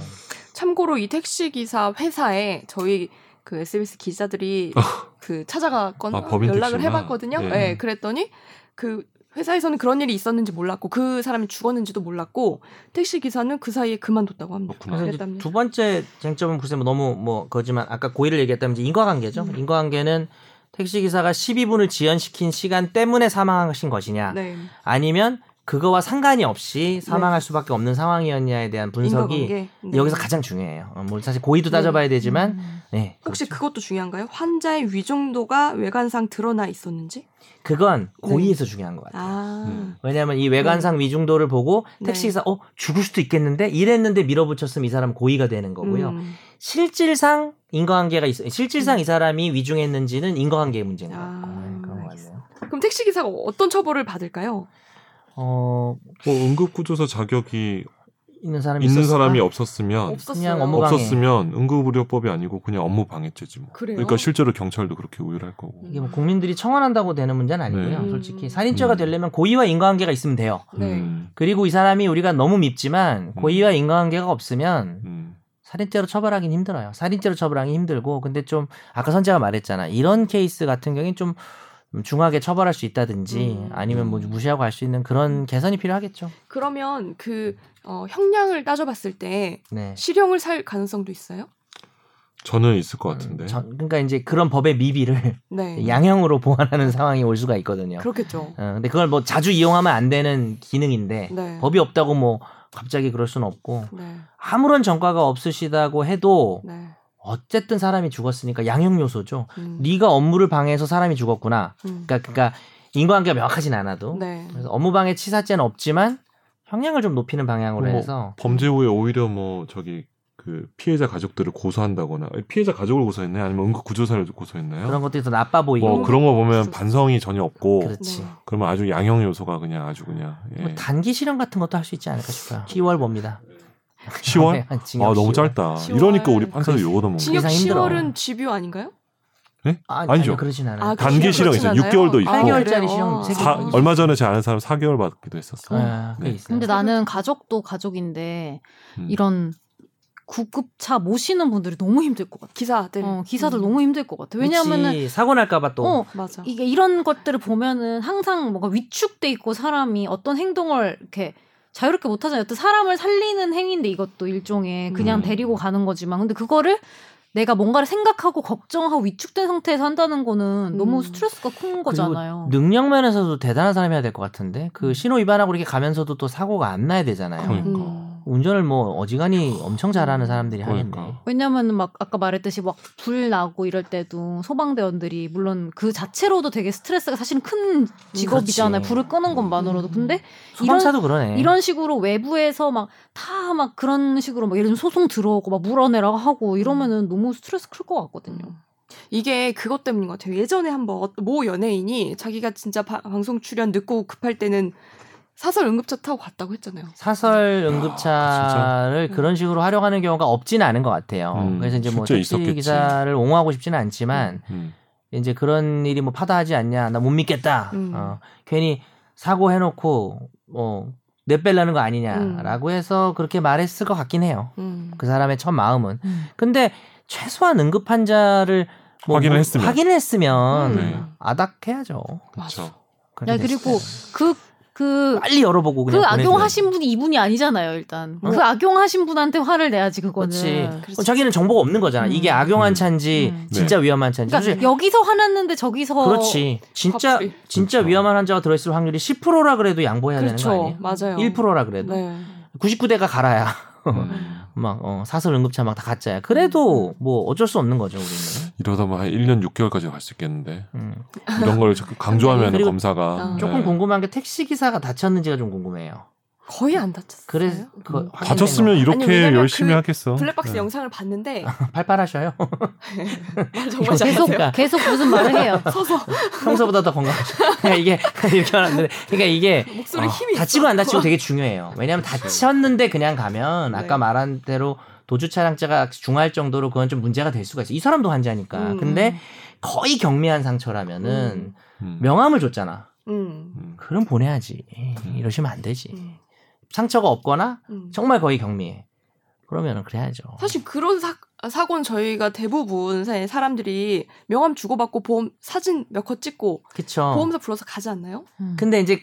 A: 참고로 이 택시 기사 회사에 저희 그 SBS 기자들이
B: 어.
A: 그 찾아갔거나
C: 아, 법인
A: 연락을
C: 택시구나.
A: 해봤거든요.
C: 예.
A: 예, 그랬더니 그 회사에서는 그런 일이 있었는지 몰랐고 그 사람이 죽었는지도 몰랐고 택시 기사는 그 사이에 그만뒀다고 합니다.
C: 그렇구나.
B: 그래서 이제
A: 그랬답니다.
B: 두 번째 쟁점은 글쎄 뭐 너무 뭐 거지만 아까 고의를 얘기했다면 이제 인과관계죠.
A: 음.
B: 인과관계는 택시 기사가 12분을 지연시킨 시간 때문에 사망하신 것이냐,
A: 네.
B: 아니면 그거와 상관이 없이 사망할 수밖에 없는 상황이었냐에 대한 분석이
A: 인과관계. 네.
B: 여기서 가장 중요해요. 어, 뭐 사실 고의도 따져봐야 되지만,
D: 음.
B: 네,
A: 혹시 그것도 중요한가요? 환자의 위중도가 외관상 드러나 있었는지?
B: 그건 고의에서 중요한 것 같아요.
A: 네. 아,
C: 음.
B: 왜냐하면 이 외관상 위중도를 보고
A: 네.
B: 택시 기사 어 죽을 수도 있겠는데 이랬는데 밀어붙였으면 이 사람 고의가 되는 거고요.
A: 음.
B: 실질상 인과관계가 있어. 실질상 이 사람이 위중했는지는 인과관계의 문제인 것 같고
A: 아,
B: 네, 그런 것
A: 알겠습니다.
B: 같네요.
A: 그럼 택시 기사가 어떤 처벌을 받을까요?
B: 어
C: 뭐 응급구조사 자격이
B: 있는 사람이
C: 있는
B: 있었을까?
C: 사람이 없었으면
A: 없었어요.
B: 그냥 업무 방해.
C: 없었으면 응급의료법이 아니고 그냥 업무방해죄지 뭐.
A: 그래요?
C: 그러니까 실제로 경찰도 그렇게 우유할 거고.
A: 음.
B: 이게 뭐 국민들이 청원한다고 되는 문제는 아니고요.
C: 네.
B: 솔직히
A: 음.
B: 살인죄가
C: 음.
B: 되려면 고의와 인과관계가 있으면 돼요.
A: 네.
C: 음.
B: 그리고 이 사람이 우리가 너무 밉지만 고의와 인과관계가 없으면
C: 음.
B: 살인죄로 처벌하긴 힘들어요. 살인죄로 처벌하기 힘들고 근데 좀 아까 선재가 말했잖아. 이런 케이스 같은 경우엔 좀 중하게 처벌할 수 있다든지
A: 음.
B: 아니면 뭐 무시하고 갈 수 있는
C: 음.
B: 그런 개선이 필요하겠죠.
A: 그러면 그 어, 형량을 따져봤을 때
C: 음.
B: 네.
A: 실형을 살 가능성도 있어요?
C: 저는 있을 것 같은데. 음.
B: 음, 전- 그러니까 이제 그런 법의 미비를
A: 네.
B: 양형으로 보완하는 상황이 올 수가 있거든요.
A: 그렇겠죠.
C: 음.
B: 어, 근데 그걸 뭐 자주 이용하면 안 되는 기능인데
A: 네.
B: 법이 없다고 뭐 갑자기 그럴 수는 없고
A: 네.
B: 아무런 전과가 없으시다고 해도
C: 음.
A: 네.
B: 어쨌든 사람이 죽었으니까 양형 요소죠.
A: 음,
B: 네가 업무를 방해해서 사람이 죽었구나.
A: 음.
B: 그러니까 그러니까 인과관계가 명확하진 않아도
A: 네.
B: 그래서 업무방해 치사죄는 없지만 형량을 좀 높이는 방향으로
C: 어머.
B: 해서
C: 범죄 후에 오히려 뭐 저기 그 피해자 가족들을 고소한다거나 아니, 피해자 가족을 고소했나요? 아니면 응급 구조사를 고소했나요?
B: 그런 것들이 더 나빠 보이고
C: 뭐 그런 거 보면
A: 그렇죠.
C: 반성이 전혀 없고
B: 그렇지.
A: 네.
C: 그러면 아주 양형 요소가 그냥 아주 그냥 예.
B: 뭐 단기 실형 같은 것도 할 수 있지 않을까 싶어요. 10월 봅니다.
C: 10월?
B: 네, 징역
C: 아 너무
B: 10월.
C: 짧다.
A: 10월.
C: 이러니까 우리
B: 그
C: 판사도 요거 넘어.
A: 징역
B: 세상 힘들어.
A: 10월은 집요 아닌가요?
B: 아니,
C: 아니죠.
B: 아니요, 그러진 않아요.
A: 아,
C: 단기
A: 그렇진
C: 실형이죠.
A: 않아요?
C: 6개월도 있고.
A: 아, 그래요?
B: 8개월짜리 실형 세 개.
C: 사,
B: 아.
C: 얼마 전에 제 아는 사람 4개월 받기도 했었어. 요
B: 아, 그게
C: 네.
B: 있어요.
D: 근데 나는 가족도 가족인데
C: 음.
D: 이런 구급차 모시는 분들이 너무 힘들 것 같아.
A: 기사들.
D: 어, 기사들
A: 음,
D: 너무 힘들 것 같아. 왜냐하면은
B: 그치, 사고 날까봐 또
D: 어,
A: 맞아.
D: 이게 이런 것들을 보면은 항상 뭔가 위축돼 있고 사람이 어떤 행동을 이렇게 자유롭게 못 하잖아요. 또 사람을 살리는 행위인데 이것도 일종의 그냥
C: 음.
D: 데리고 가는 거지만 근데 그거를 내가 뭔가를 생각하고 걱정하고 위축된 상태에서 한다는 거는
A: 음.
D: 너무 스트레스가 큰 거잖아요. 음.
B: 능력 면에서도 대단한 사람이어야 될 것 같은데 그 신호 위반하고 이렇게 가면서도 또 사고가 안 나야 되잖아요.
C: 그러니까.
A: 음.
B: 운전을 뭐 어지간히 엄청 잘하는 사람들이 하겠네.
C: 그러니까.
D: 왜냐면은 막 아까 말했듯이 막 불 나고 이럴 때도 소방대원들이 물론 그 자체로도 되게 스트레스가 사실은 큰 직업이잖아요.
B: 그렇지.
D: 불을 끄는 것만으로도.
A: 음.
D: 근데
B: 소방차도 그러네.
D: 이런 식으로 외부에서 막 다 막 그런 식으로 막 예를 들면 소송 들어오고 막 물어내라고 하고
B: 음.
D: 이러면은 너무 스트레스 클 것 같거든요.
A: 음. 이게 그것 때문인 것 같아요. 예전에 한번 어, 모 연예인이 자기가 진짜 바- 방송 출연 늦고 급할 때는 사설 응급차 타고 갔다고 했잖아요.
B: 사설
C: 아,
B: 응급차를
A: 진짜.
B: 그런 식으로 활용하는 경우가 없지는 않은 것 같아요.
C: 음,
B: 그래서 이제 뭐
C: 진짜
B: 택시
C: 있었겠지.
B: 기사를 옹호하고 싶지는 않지만
C: 음.
B: 이제 그런 일이 뭐 파다하지 않냐, 나 못 믿겠다.
A: 음.
B: 어, 괜히 사고 해놓고 뭐 내뺄라는 거
D: 음.
B: 아니냐라고 해서 그렇게 말했을 것 같긴 해요.
A: 음.
B: 그 사람의 첫 마음은. 근데 최소한 응급 환자를 뭐
C: 확인을 했으면.
B: 확인을 했으면
A: 음.
C: 네.
B: 아닥해야죠.
C: 그렇죠.
B: 그렇게
D: 야
B: 됐을
D: 그리고 그 그,
B: 때. 빨리 열어보고 그냥
D: 그
B: 보내줘야지.
D: 악용하신 분이 이분이 아니잖아요, 일단.
B: 어?
D: 그 악용하신 분한테 화를 내야지, 그거는.
B: 그렇지.
D: 러
A: 그렇지.
B: 그럼 자기는 정보가 없는 거잖아.
D: 음.
B: 이게 악용한
C: 음.
B: 차인지
D: 음.
A: 네.
B: 진짜 위험한
D: 니
B: 차인지.
D: 까
A: 그러니까
B: 사실
D: 여기서 화났는데 저기서
B: 그렇지. 진짜
A: 갑자기.
B: 진짜
C: 그렇죠.
B: 위험한 환자가 들어있을 확률이 10%라 그래도 양보해야 되는 거
A: 그렇죠.
B: 아니에요?
A: 맞아요.
B: 1%라 그래도
A: 네.
B: 99대가 갈아야
C: 음.
B: 막 어, 사설 응급차 막 다 가짜야.
A: 음,
B: 그래도 뭐 어쩔 수 없는 거죠 우리는.
C: 이러다 뭐한 1년 6개월까지 갈 수 있겠는데
B: 음.
C: 이런 걸 자꾸 강조하면
B: 그리고
C: 검사가
A: 어.
B: 조금
C: 네.
B: 궁금한 게 택시 기사가 다쳤는지가 좀 궁금해요.
A: 거의 안 다쳤어요.
B: 그래서 그 확인된
C: 다쳤으면 이렇게
A: 아니, 왜냐면
C: 열심히
A: 그
C: 하겠어.
A: 블랙박스
C: 네.
A: 영상을 봤는데
B: 거. 팔팔하셔요.
A: 정말
D: 계속
A: 잘하세요.
D: 계속 무슨 말을 해요.
A: 서서
B: 평소보다 더 건강하죠. 그러니까 이게 이렇게 하는데, 그러니까 이게
A: 목소리
B: 어,
A: 힘이
B: 다치고 안
A: 있어.
B: 다치고 되게 중요해요. 왜냐하면 다쳤는데 그냥 가면 아까
A: 네.
B: 말한 대로 도주 차량자가 중할 정도로 그건 좀 문제가 될 수가 있어. 이 사람도 환자니까.
A: 음.
B: 근데 거의 경미한 상처라면은
C: 음.
B: 명함을 줬잖아.
A: 음.
C: 음.
B: 그럼 보내야지. 이러시면 안 되지.
A: 음.
B: 상처가 없거나
A: 음.
B: 정말 거의 경미해. 그러면은 그래야죠.
A: 사실 그런 사, 사고는 저희가 대부분 사- 사람들이 명함 주고받고 보험 사진 몇 컷 찍고
B: 그쵸.
C: 어.
A: 보험사 불러서 가지 않나요?
D: 음,
B: 근데 이제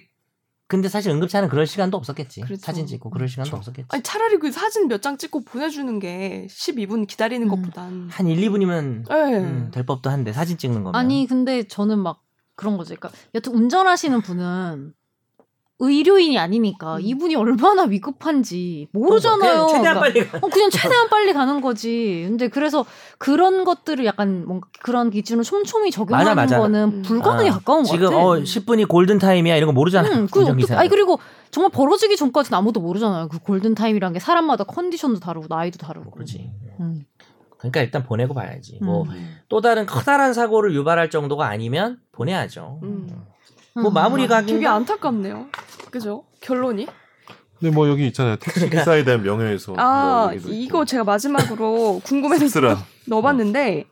B: 근데 사실 응급차는 그럴 시간도 없었겠지.
A: 그렇죠.
B: 사진 찍고 그럴 시간도
C: 그렇죠.
B: 없었겠지.
A: 아니 차라리 그 사진 몇 장 찍고 보내주는 게 12분 기다리는
D: 음.
A: 것보단
B: 한 1, 2분이면 음,
A: 예.
B: 될 법도 한데 사진 찍는 거면
D: 아니 근데 저는 막 그런 거죠. 그러니까 여튼 운전하시는 분은 의료인이 아니니까
A: 음.
D: 이분이 얼마나 위급한지
B: 그냥
D: 모르잖아요.
B: 최대한
D: 그러니까
B: 빨리 가.
D: 어, 그냥 최대한 빨리 가는 거지. 근데 그래서 그런 것들을 약간 뭔가 그런 기준을 촘촘히 적용하는
B: 맞아, 맞아.
A: 음.
D: 거는 불가능에
B: 아,
D: 가까운 것
B: 지금
D: 같아.
B: 어 10분이 골든 타임이야 이런 거 모르잖아.
A: 음,
D: 응, 그
B: 운전
D: 어떻게,
B: 기사.
D: 아니 그리고 정말 벌어지기 전까지는 아무도 모르잖아요. 그 골든 타임이란 게 사람마다 컨디션도 다르고 나이도 다르고.
B: 뭐 어, 그렇지.
D: 음.
B: 그러니까 일단 보내고 봐야지. 뭐 또
C: 음.
B: 다른 커다란 사고를 유발할 정도가 아니면 보내야죠.
A: 음. 아,
B: 뭐 마무리가 하긴-
A: 되게 안타깝네요. 그죠? 결론이?
C: 근데 뭐 여기 있잖아요. 택시
B: 그러니까.
C: 기사에 대한 명예훼손.
A: 아
C: 뭐 여기도 있고.
A: 이거 제가 마지막으로 궁금해서
C: 씁쓸한.
A: 넣어봤는데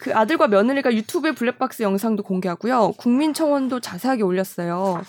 A: 그 아들과 며느리가 유튜브에 블랙박스 영상도 공개하고요. 국민청원도 자세하게 올렸어요.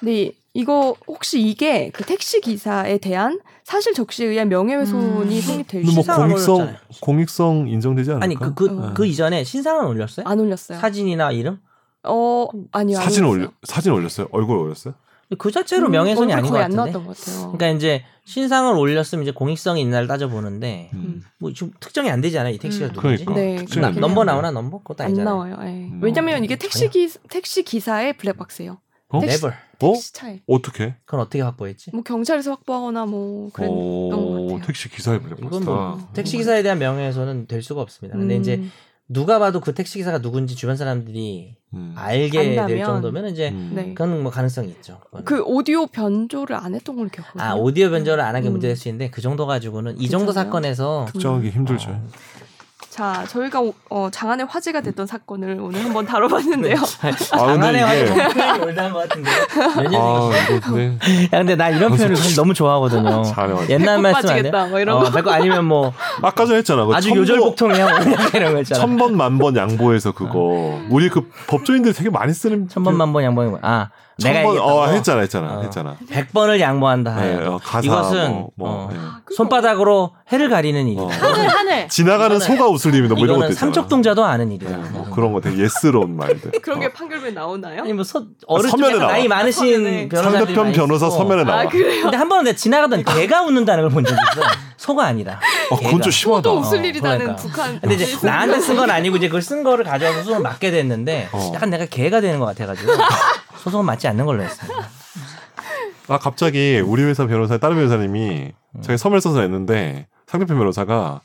A: 근데 이- 이거 혹시 이게 그 택시 기사에 대한 사실 적시에 의한 명예훼손이
D: 음.
A: 성립될
C: 근데 뭐
A: 수
B: 신상은
C: 공익성
B: 올렸잖아요.
C: 공익성 인정되지 않을까?
B: 아니 그 그 그
A: 음.
B: 이전에 신상은 올렸어요?
A: 안 올렸어요.
B: 사진이나 이름?
A: 어 아니요 안
C: 사진
A: 올렸어요.
C: 올려 사진 올렸어요? 얼굴 올렸어요?
B: 그 자체로
A: 음,
B: 명예훼손이
A: 얼굴
B: 아닌 것
A: 거의 안
B: 같은데.
A: 나왔던 것 같아요.
B: 그러니까 이제 신상을 올렸으면 이제 공익성이 있나를 따져보는데
A: 음.
B: 뭐 지금 특정이 안 되잖아요. 이 택시가
D: 음.
B: 누군지. 어,
C: 그러니까.
A: 네,
C: 특징이
B: 나-
C: 안
A: 그렇긴
B: 넘버
A: 해요.
B: 나오나 넘버? 그것도
A: 안
B: 아니잖아요.
A: 나와요. 예.
C: 음.
A: 왜냐면 이게 택시
B: 전혀.
A: 기 택시 기사의 블랙박스예요.
C: 어?
A: 택시-
B: 네벌.
C: 어?
A: 택시 차에
C: 어떻게?
B: 그건 어떻게 확보했지?
A: 뭐 경찰에서 확보하거나 뭐 그랬던 것
C: 어,
A: 같아요.
C: 택시 기사의 블랙박스다. 음.
B: 이건 뭐 택시 기사에 대한 명예훼손은 될 수가 없습니다. 근데
A: 음.
B: 이제 누가 봐도 그 택시 기사가 누군지 주변 사람들이
C: 음.
B: 알게 될
A: 안다면.
B: 정도면 이제
C: 음.
A: 네.
B: 그건 뭐 가능성이 있죠. 그건.
A: 그 오디오 변조를 안 했던 걸로 기억하거든요.
B: 아 오디오 변조를 안 한 게
A: 음.
B: 문제될 수 있는데 그 정도 가지고는 이 정도
A: 괜찮아요?
B: 사건에서
C: 특정하기 힘들죠.
B: 어,
A: 자, 저희가 오- 어, 장안의 화제가 됐던 사건을 오늘 한번 다뤄봤는데요.
B: 네.
C: 아,
B: 장안에
C: 근데 이게-
B: 와서 표현이 올드한 것 같은데 몇 년생이지?
C: 아, 이거 근데
B: 야 근데 나 이런 표현을 사실 너무 좋아하거든요.
C: 잘해요.
B: 옛날 말씀 안 해요?
A: 빠지겠다, 뭐 이런
B: 어, 배고 아니면 뭐
C: 아까 전에 했잖아. 그
B: 아주
C: 천보-
B: 요절복통이야 이런 거 있잖아. 천,
C: 천번 만번 양보해서 그거 우리 그 법조인들 되게 많이 쓰는 그
B: 번만번 양보한 거야. 아 내가
C: 천번 어
B: 얘기했던
C: 했잖아 했잖아
B: 어.
C: 했잖아
B: 백 번을 양보한다.
C: 네, 어, 가사
B: 이것은
C: 뭐, 뭐,
B: 어,
C: 예.
B: 손바닥으로 해를 가리는 일이다.
C: 어.
D: 하늘 하늘.
C: 지나가는
B: 이거는-
C: 소가 웃을 일이다 뭐 이런 것도
B: 이거는
C: 있잖아
B: 삼척동자도 음. 아는
C: 예,
B: 일이다.
C: 뭐 그런 거 되게 예스러운 말들
A: 그런
C: 어.
A: 게 판결문에 나오나요? 아,
B: 아니 뭐 서, 어른 좀
C: 서면에
B: 약간
C: 나와.
B: 나이
A: 서면에.
B: 많으신 변호사들
C: 상대편 변호사 서면에 나와
A: 아, 그래요?
B: 근데 한 번은 내가 지나가던 개가 웃는다는 걸 본 적이 있어. 소가 아니라.
C: 어, 그건
B: 개가.
C: 좀 심하다
A: 또 웃을 일이라는
B: 그러니까.
A: 북한.
B: 근데 이제 나한테 쓴 건 아니고 이제 그걸 쓴 거를 가져와서 소송 맞게 됐는데
C: 어.
B: 약간 내가 개가 되는 것 같아가지고 소송은 맞지 않는 걸로 했습니다.
C: 아 갑자기 우리 회사 변호사 다른 변호사님이
B: 음.
C: 자기 서면 써서 냈는데 상대편 변호사가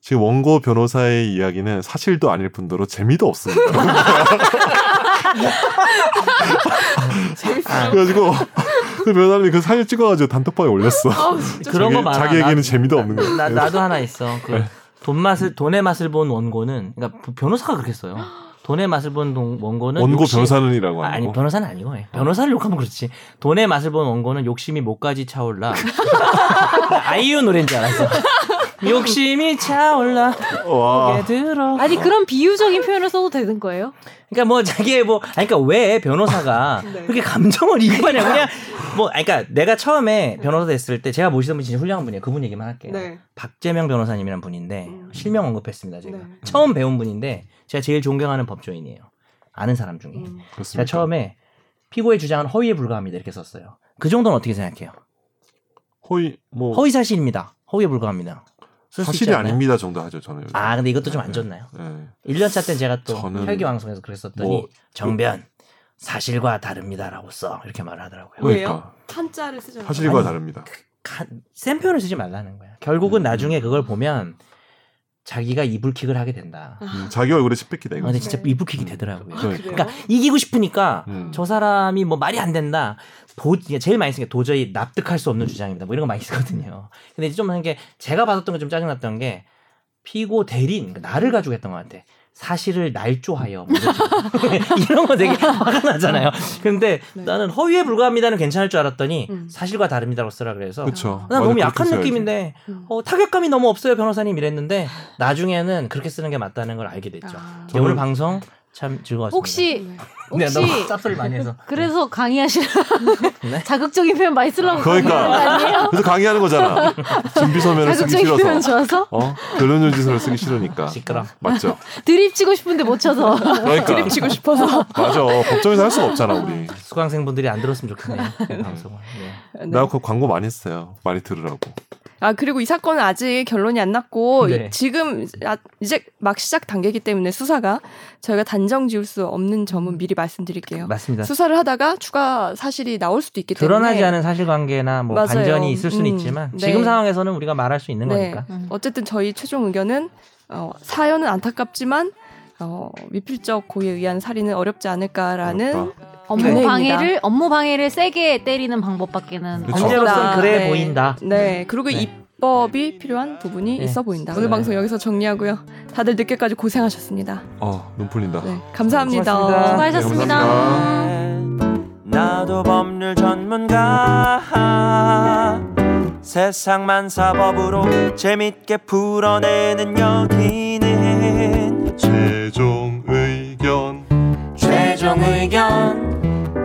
C: 지금 원고 변호사의 이야기는 사실도 아닐 뿐더러 재미도 없습니다.
B: 아,
A: 재밌어요.
C: 그래가지고 그 변호사님이 그 사진 찍어가지고 단톡방에 올렸어.
A: 아우, 진짜.
B: 그런 거
C: 자기-
B: 많아.
C: 자기 얘기는 재미도 없는 거야. 네.
B: 나, 나도 하나 있어. 그 돈 맛을 돈의 맛을 본 원고는 그러니까 부- 변호사가 그렇게 써요. 돈의 맛을 본 동- 원고는
C: 원고
B: 욕심-
C: 변호사는이라고
B: 아, 아니
C: 하고
B: 변호사는 아니고 변호사를 욕하면 그렇지 돈의 맛을 본 원고는 욕심이 목까지 차올라 아이유 노래인 줄 알았어 욕심이 차올라
C: 와
B: 고개 들어
D: 아니 그런 비유적인 표현을 써도 되는 거예요?
B: 그러니까 뭐 자기의 뭐 아니 그러니까 왜 변호사가
A: 네.
B: 그렇게 감정을 이입하냐 그냥 뭐 아니 그러니까 내가 처음에 변호사 됐을 때 제가 모시던 분이 진짜 훌륭한 분이에요 그분 얘기만 할게요
A: 네.
B: 박재명 변호사님이란 분인데
A: 음.
B: 실명 언급했습니다 제가
A: 네.
B: 처음 배운 분인데 제가 제일 존경하는 법조인이에요 아는 사람 중에
A: 음.
B: 제가
C: 그렇습니다.
B: 처음에 피고의 주장은 허위에 불과합니다 이렇게 썼어요 그 정도는 어떻게 생각해요
C: 허위 뭐
B: 허위 사실입니다 허위에 불과합니다 쓸수 있지
C: 사실이
B: 않나요?
C: 아닙니다 정도 하죠 저는.
B: 아 네. 근데 이것도 좀 안 좋나요
C: 예.
B: 1년차 때는 제가 또
C: 저는
B: 혈기왕성해서 그랬었더니
C: 뭐-
B: 정변 사실과 다릅니다라고 써 이렇게 말을 하더라고요.
A: 왜?
C: 그러니까
A: 한자를 쓰죠.
C: 사실과
B: 아니.
C: 다릅니다.
B: 가- 센 표현을 쓰지 말라는 거야. 결국은
C: 음.
B: 나중에 그걸 보면 자기가 이불킥을 하게 된다. 아,
C: 음, 자기 얼굴에 시뺏기 내가.
B: 근데 진짜
A: 네.
B: 이불킥이
C: 음.
B: 되더라고요.
C: 그러니까.
A: 그래요?
B: 그러니까 이기고 싶으니까
C: 음.
B: 저 사람이 뭐 말이 안 된다. 도, 이게 제일 많이 쓰는 게 도저히 납득할 수 없는 주장입니다. 뭐 이런 거 많이 쓰거든요. 근데 이제 좀 하는 게 제가 받았던 게 좀 짜증났던 게 피고 대리인 그러니까 나를 가지고 했던 것 같아. 사실을 날조하여 뭐 이런- 이런 거 되게 화가 나잖아요. 근데
A: 네.
B: 나는 허위에 불과합니다는 괜찮을 줄 알았더니
A: 음.
B: 사실과 다릅니다라고 쓰라 그래서
C: 그렇죠.
B: 난 너무 약한 느낌인데
A: 음.
B: 어, 타격감이 너무 없어요 변호사님 이랬는데 나중에는 그렇게 쓰는 게 맞다는 걸 알게 됐죠.
A: 아.
B: 네, 오늘 방송 참 즐거웠습니다.
D: 혹시
A: 네.
B: 네,
D: 혹시
B: 너무 쌉소리 많이 해서
D: 그래서 강의하시는
B: 네?
D: 자극적인 표현 많이 쓰려고 강의하는 거
C: 그러니까.
D: 아니에요?
C: 그래서 강의하는 거잖아. 준비 서면을 쓰기
D: 자극적인 표현
C: 싫어서.
D: 좋아서
C: 어? 결론 연지서를 쓰기 싫으니까.
B: 시끄러.
C: 맞죠.
D: 드립 치고 싶은데 못 쳐서
C: 그러니까.
A: 드립 치고 싶어서.
C: 맞아. 법정에서 할 수가 없잖아, 우리.
B: 네. 수강생분들이 안 들었으면 좋겠네요. 이 방송을. 네.
C: 나 그 광고 많이 했어요. 많이 들으라고.
A: 아 그리고 이 사건은 아직 결론이 안 났고
B: 네.
A: 이- 지금 아- 이제 막 시작 단계이기 때문에 수사가 저희가 단정 지을 수 없는 점은 미리 말씀드릴게요.
B: 맞습니다.
A: 네. 수사를 하다가 추가 사실이 나올 수도 있기 때문에
B: 드러나지 않은 사실관계나 뭐
A: 맞아요.
B: 반전이 있을 수는
A: 음,
B: 있지만
A: 네.
B: 지금 상황에서는 우리가 말할 수 있는
A: 네.
D: 음.
B: 거니까.
A: 어쨌든 저희 최종 의견은 어, 사연은 안타깝지만 어, 미필적 고의에 의한 살인은 어렵지 않을까라는
C: 어렵다.
D: 업무
A: 네.
D: 방해를 업무 방해를 세게 때리는 방법밖에는
C: 그렇죠.
D: 없다.
B: 언제로선 그래
A: 네.
B: 보인다.
A: 네 그리고
B: 네.
A: 입법이 필요한 부분이
B: 네.
A: 있어 보인다.
B: 네.
A: 오늘 방송 여기서 정리하고요. 다들 늦게까지 고생하셨습니다.
C: 어, 눈 풀린다.
A: 네, 감사합니다.
B: 고맙습니다.
D: 수고하셨습니다.
C: 네, 감사합니다.
E: 나도 법률 전문가 세상만 사법으로 재밌게 풀어내는 여기는
C: 최종 의견.
E: 최종 의견